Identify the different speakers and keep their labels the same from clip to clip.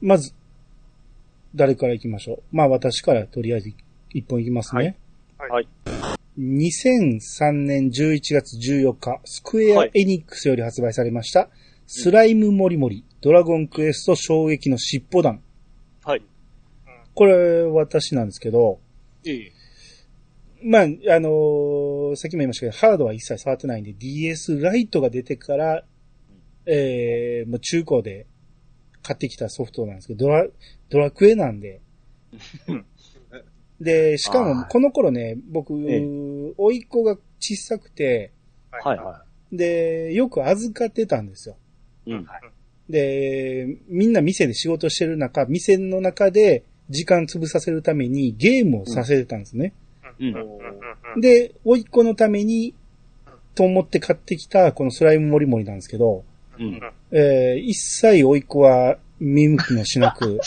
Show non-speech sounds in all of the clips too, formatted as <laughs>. Speaker 1: まず、誰から行きましょう。まあ私からとりあえず一本行きますね。
Speaker 2: はい
Speaker 3: はい。
Speaker 1: 2003年11月14日、スクエア
Speaker 3: はい
Speaker 1: エニックスより発売されました、スライムモリモリ、ドラゴンクエスト衝撃の尻尾弾。
Speaker 3: はい。
Speaker 1: これ、私なんですけど、
Speaker 3: いい。
Speaker 1: まあ、あのーさっきも言いましたけど、ハードは一切触ってないんで、DS ライトが出てから、えー、もう中古で買ってきたソフトなんですけど、ドラ、ドラクエなんで。で、しか
Speaker 3: あ
Speaker 1: も、
Speaker 3: ー
Speaker 1: この頃ね、僕、
Speaker 3: え
Speaker 1: 甥いっ子が小さくて、
Speaker 3: はいは
Speaker 1: で、よく預かってたんですよ。
Speaker 3: い。うん。
Speaker 1: で、みんな店で仕事してる中、店の中で時間潰させるためにゲームをさせてたんですね。
Speaker 3: うん
Speaker 2: うんうんうん
Speaker 1: で、甥いっ子のために、と思って買ってきたこのスライムモリモリなんですけど、
Speaker 3: うん。
Speaker 1: えー一切甥いっ子は見向きもしなく、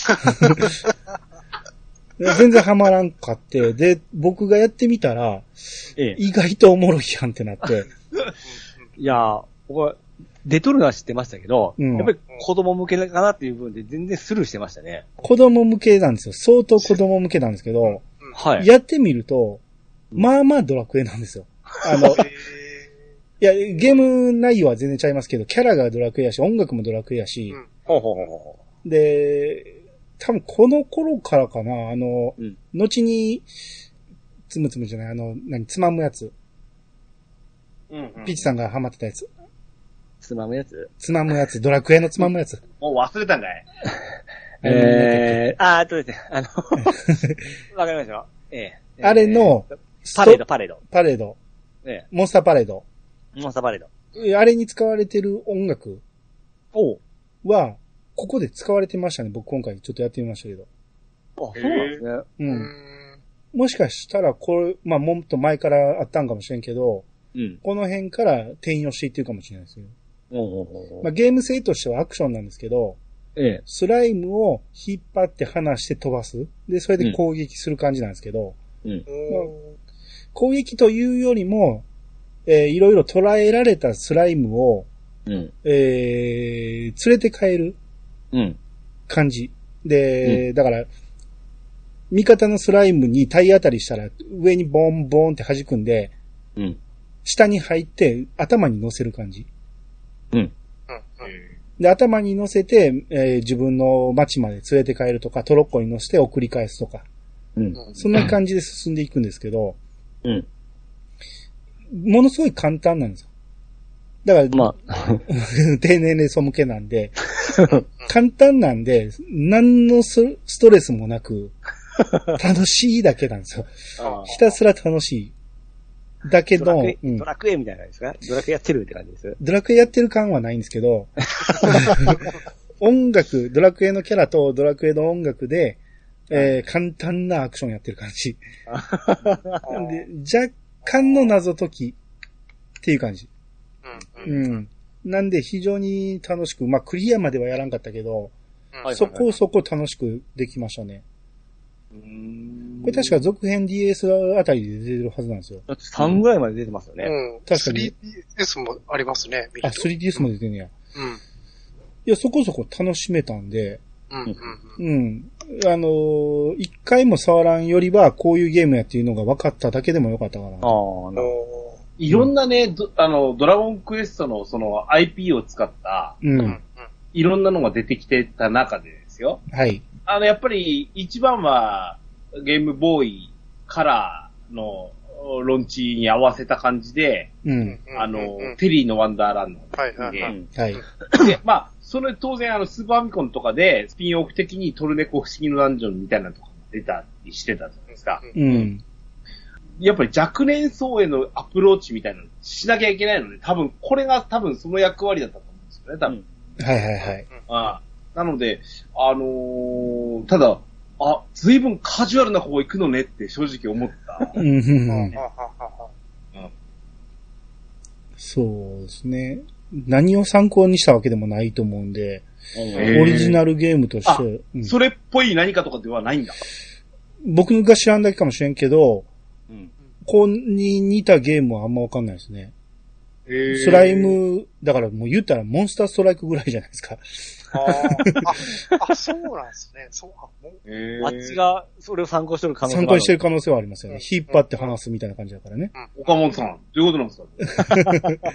Speaker 1: <laughs> 全然ハマらんかって、で、僕がやってみたら、
Speaker 3: ええ。
Speaker 1: 意外とおもろいやんってなって、
Speaker 3: いやー、僕は、出とるのは知ってましたけど、
Speaker 1: うん
Speaker 3: やっぱり子供向けかなっていう部分で全然スルーしてましたね。
Speaker 1: 子供向けなんですよ。相当子供向けなんですけど、
Speaker 3: はい。
Speaker 1: やってみると、
Speaker 3: うん
Speaker 1: まあまあドラクエなんですよ。あの、いや、ゲーム内容は全然ちゃいますけど、キャラがドラクエやし、音楽もドラクエやし、
Speaker 2: うん
Speaker 3: ほうほうほうほ
Speaker 1: で、多分この頃からかな、あの、
Speaker 3: うん
Speaker 1: 後に、つむつむじゃない、あの、何、つまむやつ。
Speaker 2: うん
Speaker 1: ピッチさんがハマってたやつ。
Speaker 3: う。つまむやつ
Speaker 1: つまむやつ、ドラクエのつまむやつ。
Speaker 2: もう忘れたんかい
Speaker 3: えー、あー、そうですね。あの、わかりましたよ。え <laughs> え。
Speaker 1: あれの
Speaker 3: えー、
Speaker 1: ス
Speaker 3: パ
Speaker 1: ト
Speaker 3: レード、パレード。
Speaker 1: パレード。
Speaker 3: え
Speaker 1: モンスターパレード。
Speaker 3: え。モンスターパレード。
Speaker 1: えあれに使われてる音楽
Speaker 3: おう。
Speaker 1: は、ここで使われてましたね。僕今回ちょっとやってみましたけど。
Speaker 3: あ、そうなんですね。
Speaker 1: うん。
Speaker 2: ん。
Speaker 1: もしかしたら、これ、まあ、もっと前からあったんかもしれんけど、
Speaker 3: うん。
Speaker 1: この辺から転用していってるかもしれないですよ。
Speaker 3: おうおうおうおう
Speaker 1: まあ、ゲーム性としてはアクションなんですけど、
Speaker 3: ええ。
Speaker 1: スライムを引っ張って離して飛ばす。で、それで攻撃する感じなんですけど、攻撃というよりも、えーいろいろ捉えられたスライムを、
Speaker 3: うん。
Speaker 1: えー、連れて帰る
Speaker 3: うん。
Speaker 1: 感じ。で、だから、味方のスライムに体当たりしたら、上にボンボンって弾くんで、
Speaker 3: うん。
Speaker 1: 下に入って頭に乗せる感じ。
Speaker 3: うん。
Speaker 1: で、頭に乗せて、えー自分の町まで連れて帰るとか、トロッコに乗せて送り返すとか、
Speaker 3: うん。
Speaker 1: そんな感じで進んでいくんですけど、
Speaker 3: うん。
Speaker 1: ものすごい簡単なんですよ。だから、
Speaker 3: まあ、
Speaker 1: 低年齢層向けなん
Speaker 3: <laughs>
Speaker 1: で、簡単なんで、何のスストレスもな
Speaker 3: <laughs>
Speaker 1: く、楽しいだけなんですよ。
Speaker 3: あー
Speaker 1: ひたすら楽しい。だけ
Speaker 3: ドラ
Speaker 1: ど
Speaker 3: クエ、、
Speaker 1: うん
Speaker 3: ドラクエみたいな感じですかドラクエやってるって感じです。
Speaker 1: ドラクエやってる感はないんですけ
Speaker 3: <laughs>
Speaker 1: ど、音楽、ドラクエのキャラとドラクエの音楽で、えー簡単なアクションやってる感じ。で若干の謎解きっていう感じ。うん。なんで非常に楽しく、まあクリアまではやらんかったけど、
Speaker 3: はい
Speaker 1: そこそこ楽しくできましたね。
Speaker 3: こ
Speaker 1: これ確か続編 DS あたりで出てるはずなんですよ。
Speaker 3: 3ぐらいまで出てますよね。
Speaker 2: うん。
Speaker 1: 確かに
Speaker 2: 3DS もありますね。
Speaker 1: あ、3DS も出てんねや。い
Speaker 2: うん。
Speaker 1: や、そこそこ楽しめたんで、
Speaker 2: うん。うん。
Speaker 1: うん。あのー一回も触らんよりは、こういうゲームやっていうのが分かっただけでもよかったかな。
Speaker 3: ああ、なるほ
Speaker 4: いろんなね、どあの、ドラゴンクエストのその IP を使った、
Speaker 1: うん。
Speaker 4: いろんなのが出てきてた中でですよ。
Speaker 1: はい。
Speaker 4: あの、やっぱり一番はゲームボーイカラーのロンチに合わせた感じで、
Speaker 1: うん。
Speaker 4: あの、テリーのワンダーラン
Speaker 1: <coughs>
Speaker 4: ド
Speaker 2: はいはい
Speaker 4: で、
Speaker 2: はい。
Speaker 1: はい。
Speaker 4: で、まあ、それ当然あの、スーパーファミコンとかで、スピンオフ的にトルネコ不思議のダンジョンみたいなのとかも出たりしてたじゃないですか。
Speaker 1: う。ん。
Speaker 4: やっぱり若年層へのアプローチみたいなのしなきゃいけないので、多分これが多分その役割だったと思うんですよね、多分。
Speaker 3: うん
Speaker 1: はいはいはい。
Speaker 4: ああなので、あのーただ、あ、ずいぶんカジュアルな方行くのねって正直思った。
Speaker 1: うんうんうん。
Speaker 2: う
Speaker 1: そうですね。何を参考にしたわけでもないと思うんで、
Speaker 3: ど。
Speaker 1: オ
Speaker 4: へー
Speaker 1: リジナルゲームとして、
Speaker 4: あ
Speaker 1: うん
Speaker 4: それっぽい何かとかではないんだ。
Speaker 1: 僕が知らんだけかもしれんけど、
Speaker 3: うん
Speaker 1: こうに似たゲームはあんま分かんないですね。
Speaker 2: ん。
Speaker 1: スライ。ム、だからもう言ったらモンスターストライクぐらいじゃないですか。
Speaker 2: あーあ、あ、そうなんですね。そう、あ、もう、
Speaker 4: えー
Speaker 3: あっち。が、それを参考してる可能性
Speaker 1: 参考にして
Speaker 3: る。
Speaker 1: る可能性はありますよね。
Speaker 2: うん
Speaker 1: 引っ張って離すみたいな感じだからね。
Speaker 4: 岡本さん、どういうことなんですか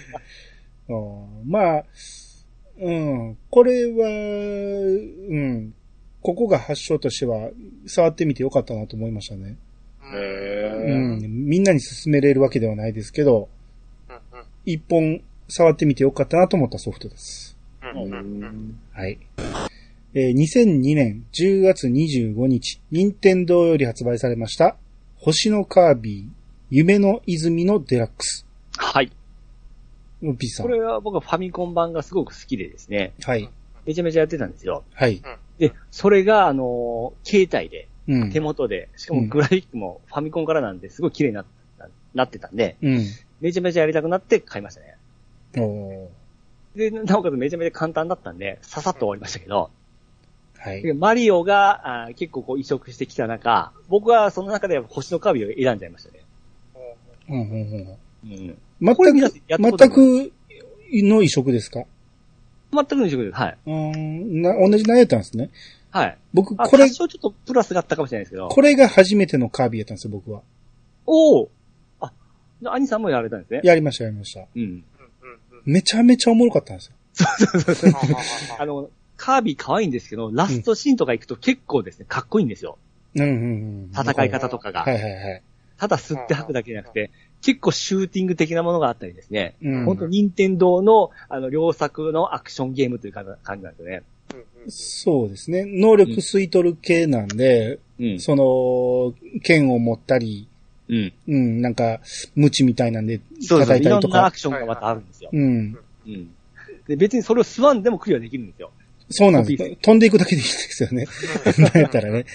Speaker 1: うんまあ、うん、これは、うん、ここが発祥としては、触ってみてよかったなと思いましたね。
Speaker 2: うん、
Speaker 1: う
Speaker 4: え
Speaker 1: ん、みんなに勧めれるわけではないですけど、
Speaker 2: うん、
Speaker 1: 一本触ってみてよかったなと思ったソフトです。
Speaker 2: うん、うん、うん。
Speaker 1: はい。えー2002年10月25日、任天堂より発売されました、星のカービィ、夢の泉のデラックス。
Speaker 3: はい。
Speaker 1: ウッピーさん。
Speaker 3: これは僕はファミコン版がすごく好きでですね、
Speaker 1: はい。
Speaker 3: めちゃめちゃやってたんですよ。
Speaker 1: はい。
Speaker 3: で、それが、あのー携帯で、
Speaker 1: うん
Speaker 3: 手。元で、しか
Speaker 1: う
Speaker 3: も
Speaker 1: ん
Speaker 3: グラフィックもファミコンからなんで、すごい綺麗になったなってたんで、
Speaker 1: うん。
Speaker 3: めちゃめちゃやりたくなって買いましたね。
Speaker 1: おー
Speaker 3: で、なおかつめちゃめちゃ簡単だったんで、ささっと終わりましたけど、
Speaker 1: はい。
Speaker 3: でマリオがあー結構こう移植してきた中、僕はその中で星のカービィを選んじゃいましたね。
Speaker 1: うんうんうん
Speaker 3: うん。
Speaker 1: 全
Speaker 3: これ皆
Speaker 1: く
Speaker 3: さんや、ったことあ
Speaker 1: 全
Speaker 3: る
Speaker 1: くの移植ですか
Speaker 3: 全くの移植です。はい。
Speaker 1: うーんな、同じ内容やったんですね。
Speaker 3: はい。
Speaker 1: 僕、
Speaker 3: あ
Speaker 1: これ
Speaker 3: 多、少ちょっとプラスがあったかもしれないですけど。
Speaker 1: これが初めてのカービィやったんですよ、僕は。
Speaker 3: おおあ、兄さんもやられたんですね。
Speaker 1: やりました、やりました。
Speaker 3: うん。
Speaker 1: めちゃめちゃおもろかったんですよ。
Speaker 3: あの、カービィ可愛いんですけど、ラストシーンとか行くと結構ですね、かっこいいんですよ。
Speaker 1: うんうんうん。
Speaker 3: 戦い方とかが。
Speaker 1: はいはいはい。
Speaker 3: ただ吸って吐くだけじゃなくて、結構シューティング的なものがあったりですね。
Speaker 1: うん
Speaker 3: 本当任天堂の、あの、両作のアクションゲームというか感じなんですよね。
Speaker 1: そうですね。能力吸い取る系なんで、
Speaker 3: うん
Speaker 1: その、剣を持ったり、
Speaker 3: うん。
Speaker 1: うん、なんか、無知みたいなんで
Speaker 3: そ
Speaker 1: 叩
Speaker 3: う
Speaker 1: い
Speaker 3: ですね。い
Speaker 1: たり
Speaker 3: ろ
Speaker 1: と
Speaker 3: んなア
Speaker 1: か。
Speaker 3: クションがまたあるんですよ。
Speaker 1: うん。
Speaker 3: うん。で、別にそれを吸わんでもクリアできるんですよ。
Speaker 1: そうなんで
Speaker 3: コピ
Speaker 1: す。飛んでいくだけでいいんですよね。なんやったらね。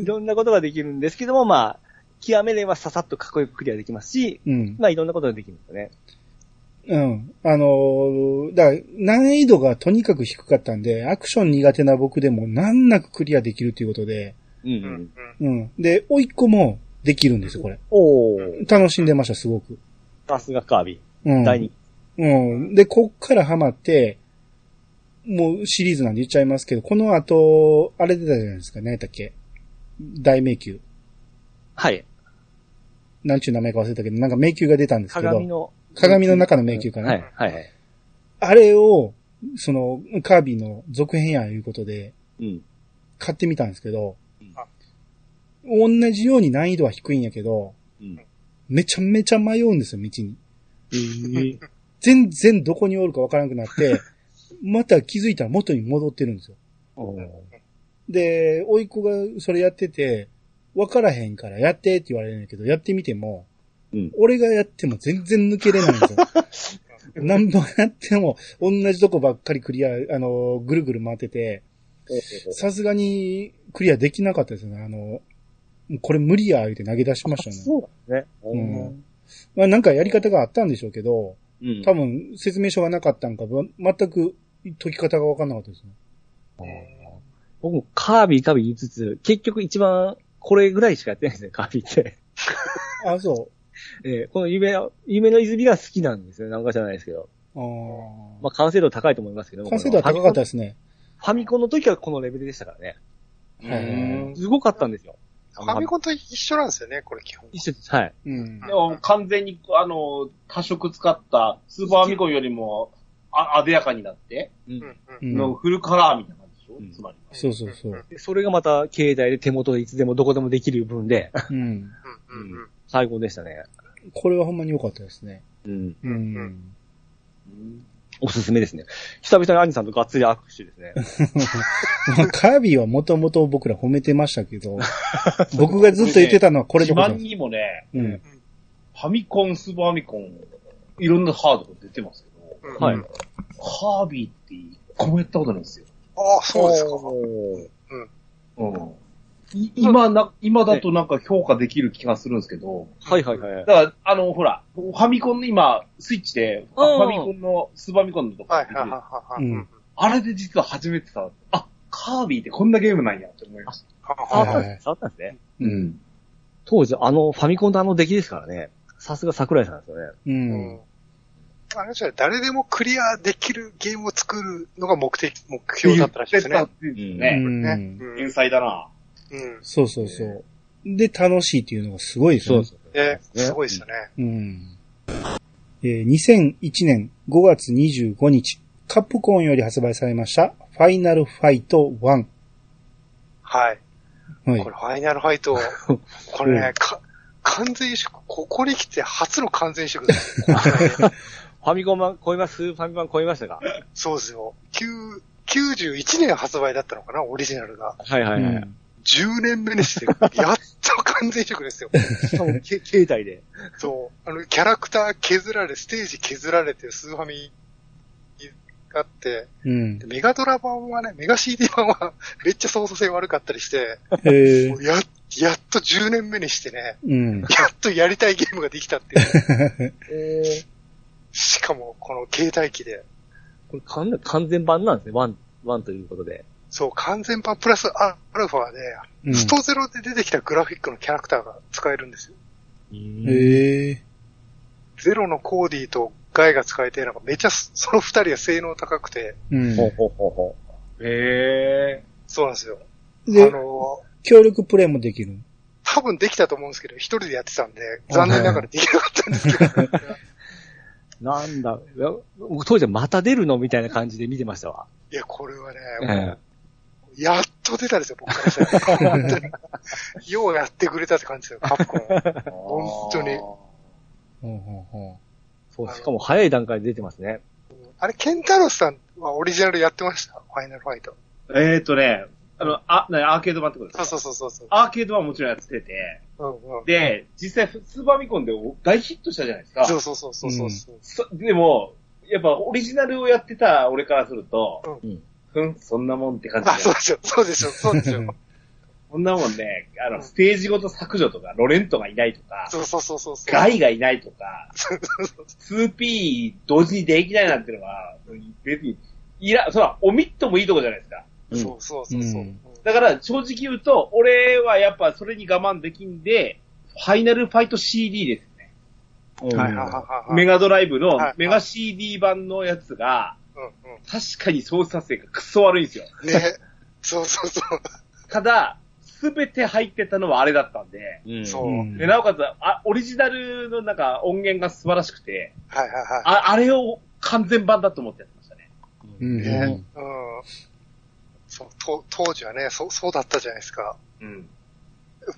Speaker 3: いろんなことができるんですけども、まあ、極めればささっとかっこよくクリアできますし、
Speaker 1: うん。
Speaker 3: まあいろんなことができるんですよね。
Speaker 1: うん。あのーだから難易度がとにかく低かったんで、アクション苦手な僕でも難なくクリアできるということで、
Speaker 3: うんうん。
Speaker 1: うん。で、甥っ子もできるんですよ、これ。
Speaker 3: おお、
Speaker 1: 楽しんでました、すごく。
Speaker 3: さすがカービ
Speaker 1: う
Speaker 3: ィ。
Speaker 1: ん。
Speaker 3: 第2。
Speaker 1: うん。で、こっからハマって、もうシリーズなんで言っちゃいますけど、この後、あれ出たじゃないですか、何やったっけ大迷宮。
Speaker 3: はい。
Speaker 1: なんちゅう名前か忘れたけど、なんか迷宮が出たんですけど、
Speaker 3: 鏡
Speaker 1: 鏡の
Speaker 3: の。
Speaker 1: 中の迷宮かな。
Speaker 3: はい、はい、はい。
Speaker 1: あれを、その、カービィの続編やいうことで、
Speaker 3: うん。
Speaker 1: 買ってみたんですけど
Speaker 3: ん、
Speaker 1: 同じように難易度は低いんやけど、
Speaker 3: うん
Speaker 1: めちゃめちゃ迷うんですよ、道に。
Speaker 3: えー、
Speaker 1: 全然どこにおるかわからなくな
Speaker 3: <laughs>
Speaker 1: って、また気づいたら元に戻ってるんですよ。
Speaker 3: おー
Speaker 1: で、甥いっ子がそれやってて、わからへんからやってって言われるんやけど、やってみても、
Speaker 3: うん
Speaker 1: 俺がやっても全然抜けれないんですよ。何本やっても、同じとこばっかりクリア、あの、ぐるぐる回ってて、さすがにクリアできなかったですね。あの、もうこれ無理や、言うて投げ出しましたね。
Speaker 3: そうなんですね。
Speaker 1: うんまあなんかやり方があったんでしょうけど、
Speaker 3: うん
Speaker 1: 多分説明書がなかったんか、ぶ全く解き方がわかんなかったですね。
Speaker 3: 僕もカービィ、カービィ言いつつ、結局一番これぐらいしかやってないですね、カービィって。
Speaker 1: あ、そ
Speaker 3: えーこの夢の、夢の泉が好きなんですよ、なんかじゃないですけど。
Speaker 1: う。あ
Speaker 3: まあ完成度高いと思いますけど
Speaker 1: あ。
Speaker 3: も。
Speaker 1: 完成度は高かった
Speaker 3: この
Speaker 1: ですね。
Speaker 3: ファミコンの時はこのレベルでしたからね。
Speaker 1: はいはいはい
Speaker 3: すごかったんですよ。
Speaker 2: ファミコンと一緒なんですよね、これ基本。
Speaker 3: 一緒です。はい。
Speaker 1: うん
Speaker 4: で。も完全に、あの、多色使ったスーパーファミコンよりも、あ、艶やかになって、
Speaker 3: うん
Speaker 2: うんう。
Speaker 1: うんん
Speaker 4: のフルカラーみたいな感じでしょ、
Speaker 3: うん
Speaker 4: つまり。
Speaker 1: そうそうそう。
Speaker 3: でそれがまた携帯で手元でいつでもどこでもできる分 <laughs> で、
Speaker 1: うん。
Speaker 2: うんうんうん。
Speaker 3: 最高でしたね。
Speaker 1: これはほんまに良かったですね。
Speaker 3: うん。
Speaker 1: う。
Speaker 2: うん
Speaker 3: おすすめですね。久々に兄さんとがっつり握手ですね。
Speaker 1: まあ、カービィはもともと僕ら褒めてましたけど、僕がずっと言ってたのはこれ
Speaker 4: 自
Speaker 1: のこと
Speaker 4: 慢
Speaker 1: です。
Speaker 4: にもね、
Speaker 1: うん。
Speaker 4: ファミコン、スーパーファミコン、いろんなハードが出てますけど、
Speaker 2: うん
Speaker 3: はい
Speaker 2: うん
Speaker 4: カービィって一個もやったことないんですよ。
Speaker 2: ああ、そうですか。
Speaker 4: うん。い今な、今だとなんか評価できる気がするんですけど、
Speaker 3: はいはいはい。
Speaker 4: だから、あの、ほら、ファミコンの今、スイッチで、フ
Speaker 3: うん
Speaker 4: ァミコンの、スーパーファミコンのと
Speaker 2: はい
Speaker 4: か
Speaker 2: はい、はいはい。
Speaker 1: うん
Speaker 2: うん
Speaker 4: あれで実は初めてさ、あ、カービィってこんなゲームなんやって思いました。
Speaker 2: はは
Speaker 3: 触
Speaker 1: はい
Speaker 3: ったんですね。触ったんですね。
Speaker 4: うん。
Speaker 3: 当時、あの、ファミコンのあの出来ですからね。さすが桜井さんですよね。
Speaker 1: う。
Speaker 2: うんん。あれですよね、誰でもクリアできるゲームを作るのが目的、目標だったらしいですね。
Speaker 4: ね。
Speaker 1: う
Speaker 4: ね。
Speaker 1: ん
Speaker 2: ね。うん
Speaker 4: 天才だな。
Speaker 2: うん。
Speaker 1: そうそうそう。で、楽しいっていうのがすごいですよね。
Speaker 3: す
Speaker 2: ね、すごいですよね。
Speaker 1: うん。えー2001年5月25日、カップコーンより発売されました、ファイナルファイト1。は
Speaker 2: はい。
Speaker 1: い
Speaker 2: こ。れ、ファイナルファイ <laughs> ト、これね、か、完全移植、ここに来て初の完全移植です <laughs> よ。
Speaker 3: ファミコン版超えますファミコン版超えましたか
Speaker 2: そうですよ。9 91年発売だったのかな、オリジナルが。
Speaker 3: はいは
Speaker 1: う
Speaker 3: いはい。
Speaker 1: ん
Speaker 2: 10年目にして、やっと完全移植 <laughs> ですよ。
Speaker 3: しかも、け携帯で。
Speaker 2: そう。あの、キャラクター削られ、ステージ削られて、スーファミがあって、
Speaker 1: うん
Speaker 2: で。メガドラ版はね、メガ CD 版は <laughs> めっちゃ操作性悪かったりして、
Speaker 1: えー
Speaker 2: もうや、やっと10年目にしてね、 <laughs>
Speaker 1: うん。
Speaker 2: やっとやりたいゲームができたっていう。
Speaker 3: えー、
Speaker 2: しかも、この携帯機で、
Speaker 3: これ完完全版なんですね。ワン、ワンということで。
Speaker 2: そう、完全版プラスアルファで、
Speaker 1: うん
Speaker 2: ストゼロで出てきたグラフィックのキャラクターが使えるんですよ。
Speaker 3: え
Speaker 1: えー
Speaker 2: ゼロのコーディとガイが使えて、なんかめっちゃ <laughs> そその二人は性能高くて、
Speaker 1: うん。
Speaker 3: ほうほうほうほ
Speaker 4: へえ。
Speaker 2: そうなんですよ。あ
Speaker 1: で、
Speaker 2: の、
Speaker 1: 協力プレイもできる。
Speaker 2: 多分できたと思うんですけど、一人でやってたんで、残念ながらできなかったんですけど、
Speaker 3: う。なんだ、いや僕当時はまた出るのみたいな感じで見てましたわ。
Speaker 2: いや、これはね、
Speaker 3: ええ
Speaker 2: やっと出たですよ、僕からしたら。本当にようやってくれたって感じです <laughs> よ、カプコン。本当に
Speaker 1: ほうほうほ。
Speaker 3: そう、しかも早い段階で出てますね。
Speaker 2: あれ、ケンタロスさんはオリジナルやってましたファイナルファイト。
Speaker 4: えーっとね、あの、あ、なアーケード版ってことです
Speaker 2: そ
Speaker 4: か
Speaker 2: うそうそうそうそう。
Speaker 4: アーケード版もちろんやってて、
Speaker 2: うんうん、
Speaker 4: で、実際スーパーミコンで大ヒットしたじゃないですか。
Speaker 2: そうそうそうそうそうそう。
Speaker 4: そでも、やっぱオリジナルをやってた俺からすると、
Speaker 3: うん
Speaker 4: ふん、そんなもんって感じ
Speaker 2: あ、
Speaker 4: だ
Speaker 2: そう
Speaker 4: よ。
Speaker 2: でしょ、そうでしょ、そうでしょ。
Speaker 4: そんなもんね、あの、ステージごと削除とか、ロレントがいないとか、
Speaker 2: そうそうそうそうそう。
Speaker 4: ガイがいないとか、
Speaker 2: そうそうそう
Speaker 4: 2P 同時にできないなんてのは、別に、いら、そら、オミットもいいとこじゃないですか。
Speaker 3: うん
Speaker 2: そうそうそうそううん
Speaker 4: だから、正直言うと、俺はやっぱそれに我慢できんで、ファイナルファイト CD ですね。
Speaker 3: うん
Speaker 2: はいはいはいはい。
Speaker 4: メガドライブの
Speaker 2: はい
Speaker 4: メガ CD 版のやつが、
Speaker 2: うんう
Speaker 4: 確かに操作性がクソ悪いんですよ。
Speaker 2: んね。そうそうそう。
Speaker 4: ただ、すべて入ってたのはあれだったんで、
Speaker 3: うん
Speaker 2: そうう。
Speaker 1: ん
Speaker 4: でなおかつあ、オリジナルのなんか音源が素晴らしくて、
Speaker 2: はいは
Speaker 4: ああれを完全版だと思ってやってましたね。
Speaker 1: うん
Speaker 2: いはい。ね。うん。そう、と当時はね、そう、そうだったじゃないですか。
Speaker 4: うん。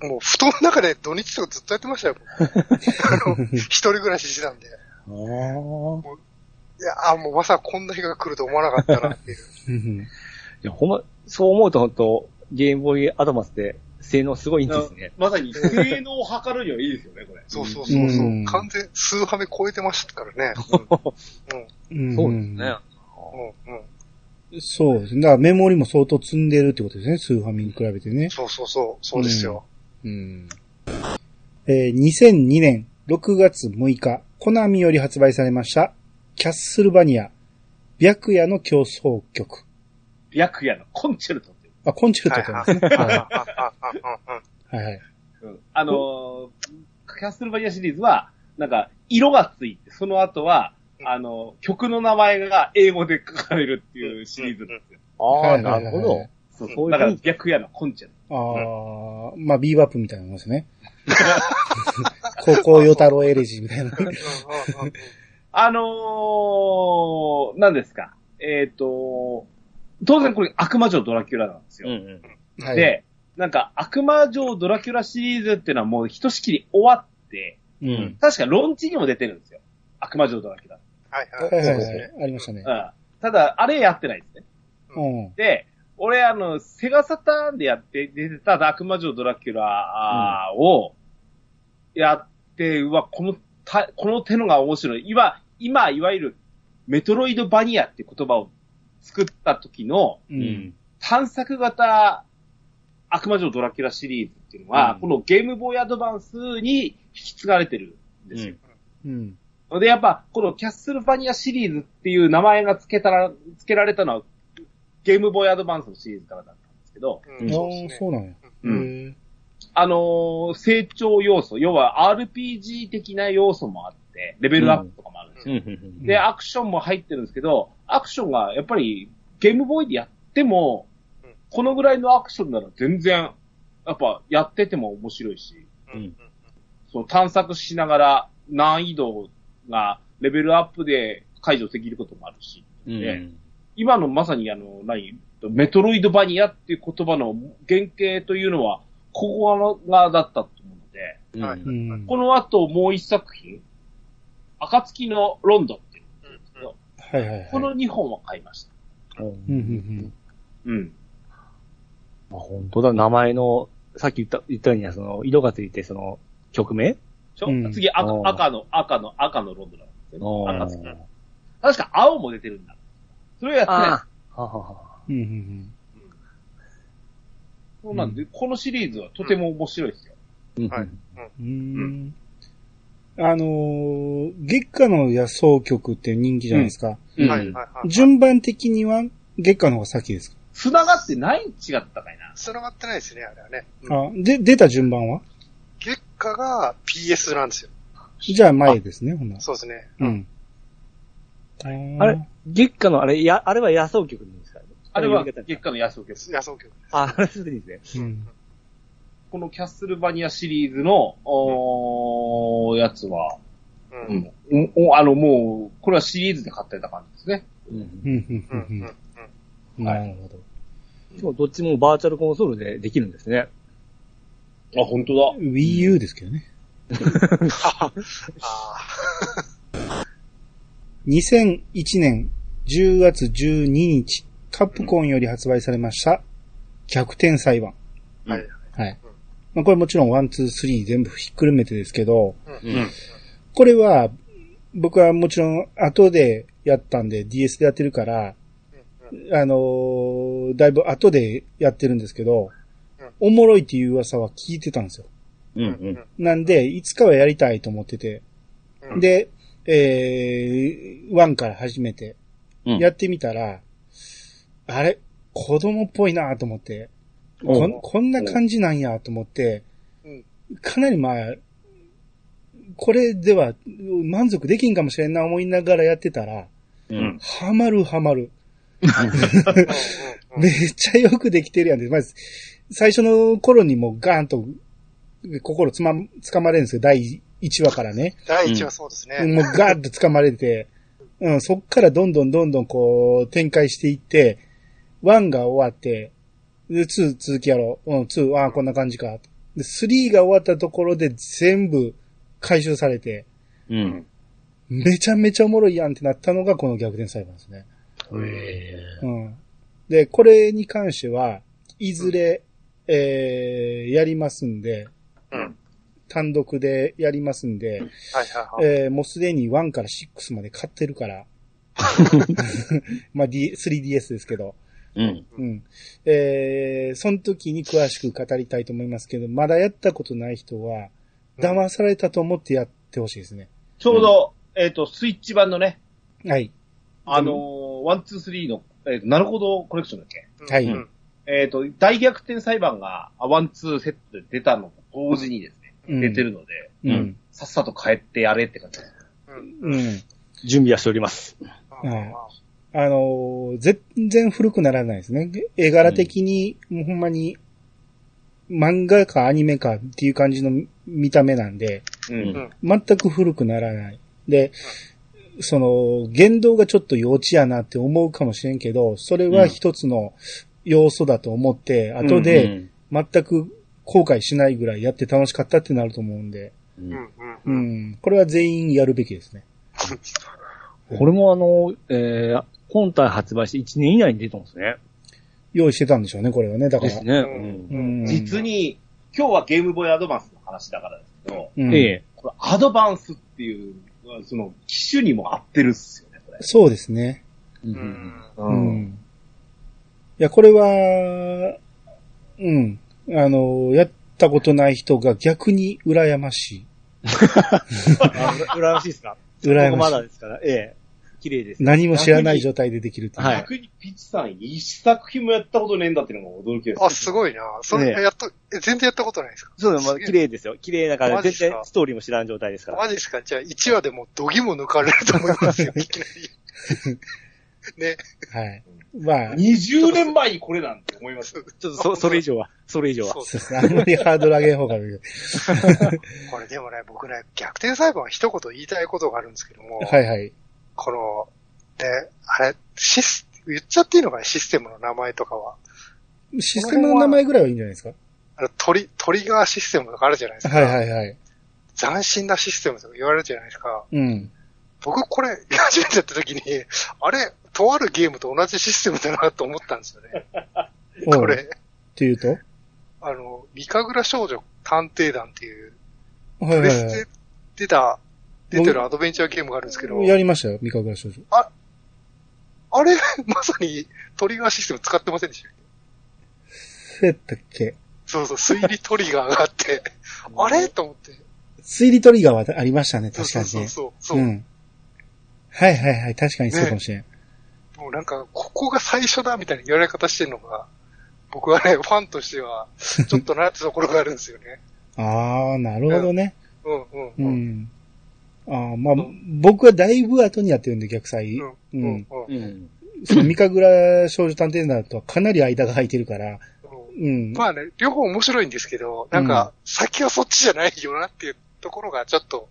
Speaker 2: もう布団の中で土日とかずっとやってましたよ。 <laughs> 僕あの一人暮らししてたんで。
Speaker 3: ああ。
Speaker 2: いや、あもうまさかこんな日が来ると思わなかったなっていう。
Speaker 1: うん
Speaker 3: いや、ほんま、そう思うと本当ゲームボーイアドバンスって性能すごいんですね。
Speaker 4: まさに性能を測るにはいいですよね、これ。
Speaker 2: そうそうそうそう、
Speaker 1: うん
Speaker 2: 完全、数ハメ超えてましたからね。
Speaker 1: うん
Speaker 3: そうですね。。
Speaker 2: うんうん。
Speaker 1: そうですね。だからメモリも相当積んでるってことですね。スーファミに比べてね。
Speaker 2: そうそうそう、そうですよ。
Speaker 1: うん。えー2002年6月6日、コナミより発売されました、キャッスルバニア、白夜の競争曲。
Speaker 4: 白夜のコンチェルトっていう。
Speaker 1: あ、コンチェルトってことですね。
Speaker 2: ああああああ
Speaker 1: はいはい。
Speaker 4: あのー、キャッスルバニアシリーズは、なんか、色がついて、その後は、あの、曲の名前が英語で書かれるっていうシリーズなんですよ。
Speaker 3: あ
Speaker 1: は
Speaker 3: あ、
Speaker 1: い
Speaker 3: な
Speaker 1: はいはい
Speaker 3: るほど。そうそうい
Speaker 4: だ
Speaker 3: う
Speaker 4: から、
Speaker 3: 感じ。
Speaker 4: 白夜のコンチェルト。
Speaker 1: ああ、まあ、ビーバップみたいなもんですね。高校与太郎エレジーみたいな。
Speaker 2: うんうんうん
Speaker 4: あのー、何ですか。えっ、と、当然これ悪魔城ドラキュラなんですよ。
Speaker 3: ん
Speaker 1: はい、
Speaker 4: で、なんか悪魔城ドラキュラシリーズっていうのはもうひとしきり終わって、
Speaker 1: うん。
Speaker 3: うん
Speaker 4: 確かロンチにも出てるんですよ。悪魔城ドラキュラ。
Speaker 2: はい
Speaker 1: はい
Speaker 2: は。
Speaker 1: はいい
Speaker 2: そう
Speaker 1: はい
Speaker 2: ですね。
Speaker 1: ありましたね。
Speaker 4: うん。ただ、あれやってないですね。
Speaker 1: うん。
Speaker 4: で、俺あの、セガサターンでやって、出てた悪魔城ドラキュラを、やって、うわ、このた、この手のが面白い。今、今、いわゆる、メトロイドバニアって言葉を作った時の、
Speaker 1: う。
Speaker 3: うんん。
Speaker 4: 探索型悪魔城ドラキュラシリーズっていうのは、
Speaker 3: うん
Speaker 4: このゲームボーイアドバンスに引き継がれてるんですよ。
Speaker 1: うん。
Speaker 4: で、やっぱ、このキャッスルバニアシリーズっていう名前が付けたら、付けられたのは、ゲームボーイアドバンスのシリーズからだったんですけど、
Speaker 2: うん
Speaker 1: ああ
Speaker 2: そうですね
Speaker 1: そうなんや。
Speaker 4: うん
Speaker 1: へえ
Speaker 4: あのー成長要素、要は RPG 的な要素もあって、レベルアップとかもあるんですよ。
Speaker 3: うん。
Speaker 4: で、アクションも入ってるんですけど、アクションがやっぱりゲームボーイでやっても
Speaker 2: うん、
Speaker 4: このぐらいのアクションなら全然、やっぱやってても面白いし、
Speaker 2: うんうん
Speaker 4: その探索しながら難易度がレベルアップで解除できることもあるし、
Speaker 3: うん。
Speaker 4: 今のまさにあの、何、メトロイドバニアっていう言葉の原型というのは、ここがだったと思うので、
Speaker 3: うん
Speaker 2: はい
Speaker 1: うん。
Speaker 4: この後もう一作品、暁のロンドンっていう、
Speaker 2: うんうん
Speaker 1: はいはいはい。
Speaker 4: この2本は買いました。
Speaker 1: うんうん
Speaker 4: うん。
Speaker 3: まあ、本当だ、名前の、さっき言った、言ったようには、その、色がついて、その、曲名
Speaker 4: ちょ、
Speaker 1: うん
Speaker 4: 次赤
Speaker 3: お、ー
Speaker 4: 赤の、赤の、赤のロンドンなんですよね。赤つき
Speaker 3: あー
Speaker 4: 確か青も出てるんだ。それをやってない。
Speaker 3: あー。ははは
Speaker 1: うん。うんうん
Speaker 4: そうなんで、このシリーズはとても面白いですよ。
Speaker 3: うん
Speaker 2: はい
Speaker 1: うん。うんあのー、月下の野草曲って人気じゃないですか。
Speaker 3: うん
Speaker 2: はいはいはいはい。
Speaker 1: 順番的には月下の方が先ですか、
Speaker 4: 繋がってないん違ったかいな。
Speaker 2: 繋がってないですね、あれはね。
Speaker 1: あ、で、出た順番は
Speaker 2: 月下が PS なんですよ。
Speaker 1: じゃあ前ですね、ほんなら
Speaker 2: そうですね。
Speaker 1: うん。
Speaker 3: あれ月下の、あれ、や、あれは野草曲ですからね。
Speaker 4: あれは
Speaker 3: 呼び方
Speaker 4: 月下の安岡です。
Speaker 2: 野草曲です。
Speaker 3: あ、あれすでにですね。
Speaker 1: うん。
Speaker 4: このキャッスルバニアシリーズの、おーやつは、
Speaker 2: う。
Speaker 4: うんん。おおあの、もう、これはシリーズで買ってた感じですね。
Speaker 3: うん
Speaker 1: うん。うん
Speaker 2: う。
Speaker 1: うん
Speaker 2: うん。うんん。
Speaker 1: うん。なるほど。
Speaker 3: しかもどっちもバーチャルコンソールでできるんですね。
Speaker 4: あ、本当だ。
Speaker 1: Wii U ですけどね。
Speaker 2: あ
Speaker 1: 2001年10月12日、カップコンより発売されました、逆転裁判。
Speaker 2: あ。はい。
Speaker 1: はい。まあ、これもちろん1、2、3全部ひっくるめてですけど、
Speaker 2: うん。うん。
Speaker 1: これは、僕はもちろん後でやったんで、DS でやってるから、あのーだいぶ後でやってるんですけど
Speaker 2: うん、
Speaker 1: おもろいっていう噂は聞いてたんですよ。
Speaker 3: う
Speaker 2: うん。うん。
Speaker 1: なんで、いつかはやりたいと思ってて。
Speaker 2: うん
Speaker 1: で、えー、1から始めて、
Speaker 3: うん
Speaker 1: やってみたら、あれ、子供っぽいなと思って、こん、こんな感じなんやと思って
Speaker 2: うん、
Speaker 1: かなりまあ、これでは満足できんかもしれんな思いながらやってたら、
Speaker 3: うん。
Speaker 1: ハマるハマる。
Speaker 2: うん
Speaker 1: めっちゃよくできてるやんで、まず、最初の頃にもうガーンと心つま、つかまれるんですよ、第1話からね。
Speaker 2: 第一はそうですね。
Speaker 1: もうガーッとつかまれて、うん、そっからどんどんどんどんこう、展開していって、1が終わって、で、2続きやろう。うん、2、ああ、こんな感じか。で、3が終わったところで全部回収されて、
Speaker 3: うん。
Speaker 1: めちゃめちゃおもろいやんってなったのがこの逆転裁判ですね。うん。で、これに関しては、いずれ、えー、やりますんで、
Speaker 2: うん
Speaker 1: 単独でやりますんで、
Speaker 2: はいはいはい。
Speaker 1: えーもうすでに1から6まで買ってるから。 <laughs> まあ、D、3DS ですけど。
Speaker 3: うん。
Speaker 1: うん。えー、その時に詳しく語りたいと思いますけど、まだやったことない人は、騙されたと思ってやってほしいですね。
Speaker 4: ちょうど、えっ、と、スイッチ版のね、
Speaker 1: はい。
Speaker 4: あのー、ワン、ツー、スリーの、えーとなるほどコレクションだっけ
Speaker 1: はい
Speaker 2: うん
Speaker 4: えっ、と、大逆転裁判が、あワン、ツーセットで出たのと同時にですね、
Speaker 1: うん
Speaker 4: 出てるので、
Speaker 1: う
Speaker 3: うんん。
Speaker 4: さっさと帰ってやれって感じ。
Speaker 2: うん
Speaker 1: うん。
Speaker 3: 準備はしております。
Speaker 1: はいあのー全然古くならないですね。絵柄的に、もうほんまに、漫画かアニメかっていう感じの見た目なんで、
Speaker 4: う
Speaker 3: うん
Speaker 4: ん。
Speaker 1: 全く古くならない。で、その、言動がちょっと幼稚やなって思うかもしれんけど、それは一つの要素だと思って、
Speaker 4: ん
Speaker 1: 後
Speaker 3: う
Speaker 1: で
Speaker 3: ん
Speaker 1: 全く後悔しないぐらいやって楽しかったってなると思うんで、
Speaker 2: うん
Speaker 1: う
Speaker 2: うんうん。
Speaker 1: ん、これは全員やるべきですね。
Speaker 3: これもあの、えー、本体発売して1年以内に出たんですね。
Speaker 1: 用意してたんでしょうね、これはね、だか
Speaker 3: で
Speaker 1: ら
Speaker 3: す。ね。
Speaker 1: う
Speaker 3: うん
Speaker 4: うん実に、今日はゲームボーイアドバンスの話だからですけど、
Speaker 1: うん
Speaker 3: ん。ええ。
Speaker 4: このアドバンスっていう、その、機種にも合ってるっすよね、これ。
Speaker 1: そうですね。
Speaker 3: う
Speaker 2: うんん
Speaker 1: う。
Speaker 4: うん
Speaker 1: いや、これは、うん、あの、やったことない人が逆に羨ましい。
Speaker 3: あうら羨ましいですか
Speaker 1: 羨ましい
Speaker 3: 僕まだですから、ええ。綺麗です。
Speaker 1: 何も知らない状態でできるっていう。
Speaker 3: はい
Speaker 4: 逆にピッチさん、一作品もやったことねえんだっていうのが驚きです。
Speaker 2: あ、すごいな。それ、
Speaker 3: ねえ
Speaker 2: やっと、え全然やったことないですか
Speaker 3: そうです、まあ、
Speaker 2: すげえ
Speaker 3: 綺麗ですよ。綺麗だから、
Speaker 2: マジっ
Speaker 3: 全
Speaker 2: すか
Speaker 3: 然ストーリーも知らん状態ですから。
Speaker 2: マジですかじゃあ、1話でもう度肝抜かれると思いますよ、いきなり。ね。
Speaker 1: はい。まあ、
Speaker 4: 20年前にこれなんて思います。<laughs>
Speaker 3: ちょっとそ、それ以上は、それ以上は
Speaker 2: そ。う
Speaker 1: そうですね。あんまりハードル上げん方
Speaker 2: <laughs>
Speaker 1: がいい。
Speaker 2: これでもね、僕ね、逆転裁判一言言いたいことがあるんですけども、
Speaker 1: はいはい。
Speaker 2: この、で、あれ、シス、言っちゃっていいのかなシステムの名前とかは。
Speaker 1: システムの名前ぐらいはいいんじゃないですか
Speaker 2: あの、トリ、トリガーシステムとかあるじゃないですか。
Speaker 1: はいはいはい。
Speaker 2: 斬新なシステムとか言われるじゃないですか。
Speaker 1: うん。
Speaker 2: 僕これ、見始めちゃった時に、あれ、とあるゲームと同じシステムだなと思ったんですよね。
Speaker 1: おう
Speaker 2: これ、
Speaker 1: っていうとは
Speaker 2: あの、三神楽少女探偵団っていう、
Speaker 1: い
Speaker 2: プ
Speaker 1: は
Speaker 2: レ
Speaker 1: い
Speaker 2: ス
Speaker 1: は
Speaker 2: で出た、出てるアドベンチャーゲームがあるんですけど
Speaker 1: い。、やりましたよ、三河倉少女。
Speaker 2: あれ、まさにトリガーシステム使ってませんでした
Speaker 1: そうやったっけ
Speaker 2: そうそう、推理トリガーがあって、あれと思って。
Speaker 1: 推理トリガーはありましたね、
Speaker 2: そう
Speaker 1: 確か
Speaker 2: そう
Speaker 1: に
Speaker 2: そう
Speaker 1: ね。
Speaker 2: そうそう。
Speaker 1: うん。はいはいはい、確かにそうかもしれん。
Speaker 2: もうなんか、ここが最初だみたいな言われ方してるのが、僕はね、ファンとしては、ちょっとなってところがあるんですよね。
Speaker 1: ああ、なるほどね。
Speaker 2: うんうん
Speaker 1: う
Speaker 2: うん。
Speaker 1: ん。ああ、まあ、僕はだいぶ後にやってるんで、逆
Speaker 2: う
Speaker 1: 祭
Speaker 2: ん。。
Speaker 1: う
Speaker 2: うんん。。うん。
Speaker 3: うん。
Speaker 1: その三河倉少女探偵団とはかなり間が空いてるから、うん。
Speaker 2: まあね、両方面白いんですけど、なんか、先はそっちじゃないよなっていうところが、ちょっと、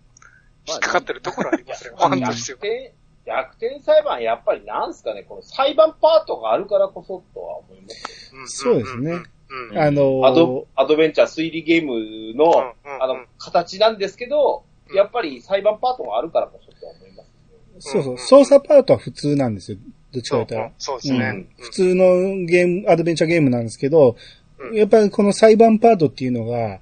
Speaker 2: 引っかかってるところありますね、フ
Speaker 1: まあ
Speaker 2: ァ
Speaker 1: ね
Speaker 2: ンと
Speaker 4: 逆
Speaker 2: しては。
Speaker 4: 転、逆転裁判、やっぱりなんすかね、この裁判パートがあるからこそとは思いますけ
Speaker 2: んんん
Speaker 1: そうですね
Speaker 2: うん。うん
Speaker 1: あの
Speaker 4: ど。アド
Speaker 1: ー、、
Speaker 4: アドベンチャー推理ゲームの、あの、形なんですけど、やっぱり裁判パートがあるからこそとは思います。
Speaker 1: そうそう、操作パートは普通なんですよ。どっちか
Speaker 2: そ
Speaker 1: 言
Speaker 2: う
Speaker 1: ったら。
Speaker 2: そうですね。
Speaker 1: 普通のゲーム、アドベンチャーゲームなんですけど、
Speaker 2: うん
Speaker 1: やっぱりこの裁判パートっていうのが、
Speaker 2: うん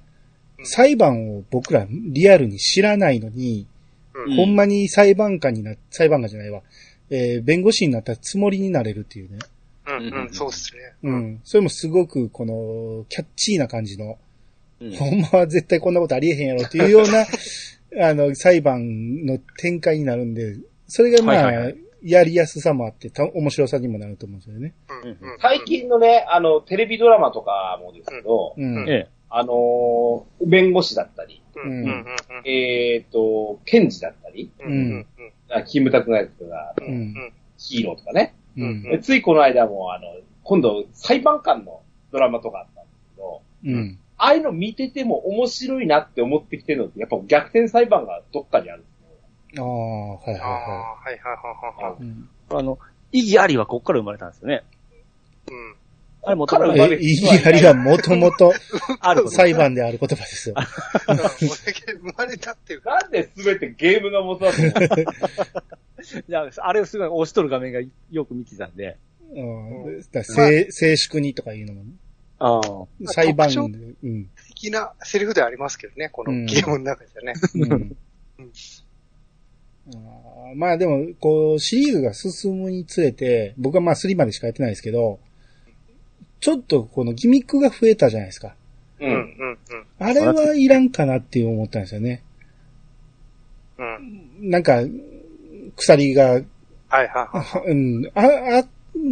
Speaker 1: 裁判を僕らリアルに知らないのに、
Speaker 2: うん
Speaker 1: ほんまに裁判官にな、裁判官じゃないわ、えー弁護士になったつもりになれるっていうね。
Speaker 2: うんうん、そうですね。
Speaker 1: う。ん。それもすごく、この、キャッチーな感じの、
Speaker 3: うん
Speaker 1: ほんまは絶対こんなことありえへんやろっていうような、
Speaker 3: <laughs>
Speaker 1: あの、裁判の展開になるんで、それがまあ、
Speaker 3: はいはいは
Speaker 1: やりやすさもあって、た面白さにもなると思うんですよね。
Speaker 2: うんうんうん
Speaker 4: 最近のね、あの、テレビドラマとかもですけど、
Speaker 1: うん。
Speaker 2: うん
Speaker 3: ええ。
Speaker 4: あのー、弁護士だったり、
Speaker 2: うんうんうんうん
Speaker 4: えっ、と、検事だったり、
Speaker 2: うんうん
Speaker 4: あキムタクがやってた
Speaker 2: うんうん
Speaker 4: ヒーローとかね。
Speaker 1: う。
Speaker 2: うん
Speaker 4: でついこの間も、あの、今度、裁判官のドラマとかあったんですけど、
Speaker 1: うん。
Speaker 4: ああいうの見てても面白いなって思ってきてるのって、やっぱ逆転裁判がどっかにある。
Speaker 1: ああ、はいはい
Speaker 2: ああ、
Speaker 1: は。
Speaker 2: はいはいはいはいはい
Speaker 1: うん
Speaker 3: あの、意義ありはこっから生まれたんですよね。
Speaker 2: い。うん。
Speaker 3: あれも
Speaker 4: こっから生ま
Speaker 1: え、
Speaker 4: れ
Speaker 1: 意義ありはもと
Speaker 3: <laughs>
Speaker 1: もと
Speaker 3: あること
Speaker 1: 裁判である言葉ですよ。
Speaker 2: だから俺だけ生まれたっていうか、
Speaker 4: なんで全てゲームが元だと思う
Speaker 3: じゃあ、あれをすごい押しとる画面がよく見てたんで。
Speaker 1: うん。だから静静粛にとかいうのも、
Speaker 3: ああ。
Speaker 1: 裁判で、うん。
Speaker 2: 的なセリフではありますけどね、この
Speaker 1: うん
Speaker 2: ゲームの中ではね。
Speaker 1: うん
Speaker 2: うん
Speaker 1: あーまあでも、こう、シリーズが進むにつれて、僕はまあ3までしかやってないですけど、ちょっとこのギミックが増えたじゃないですか。
Speaker 4: う
Speaker 2: うん
Speaker 4: ん。
Speaker 2: うん
Speaker 1: あれはいらんかなって思ったんですよね。
Speaker 2: うんうん。
Speaker 1: なんか、鎖が、
Speaker 2: はいはいはい。
Speaker 1: うん、あ、あ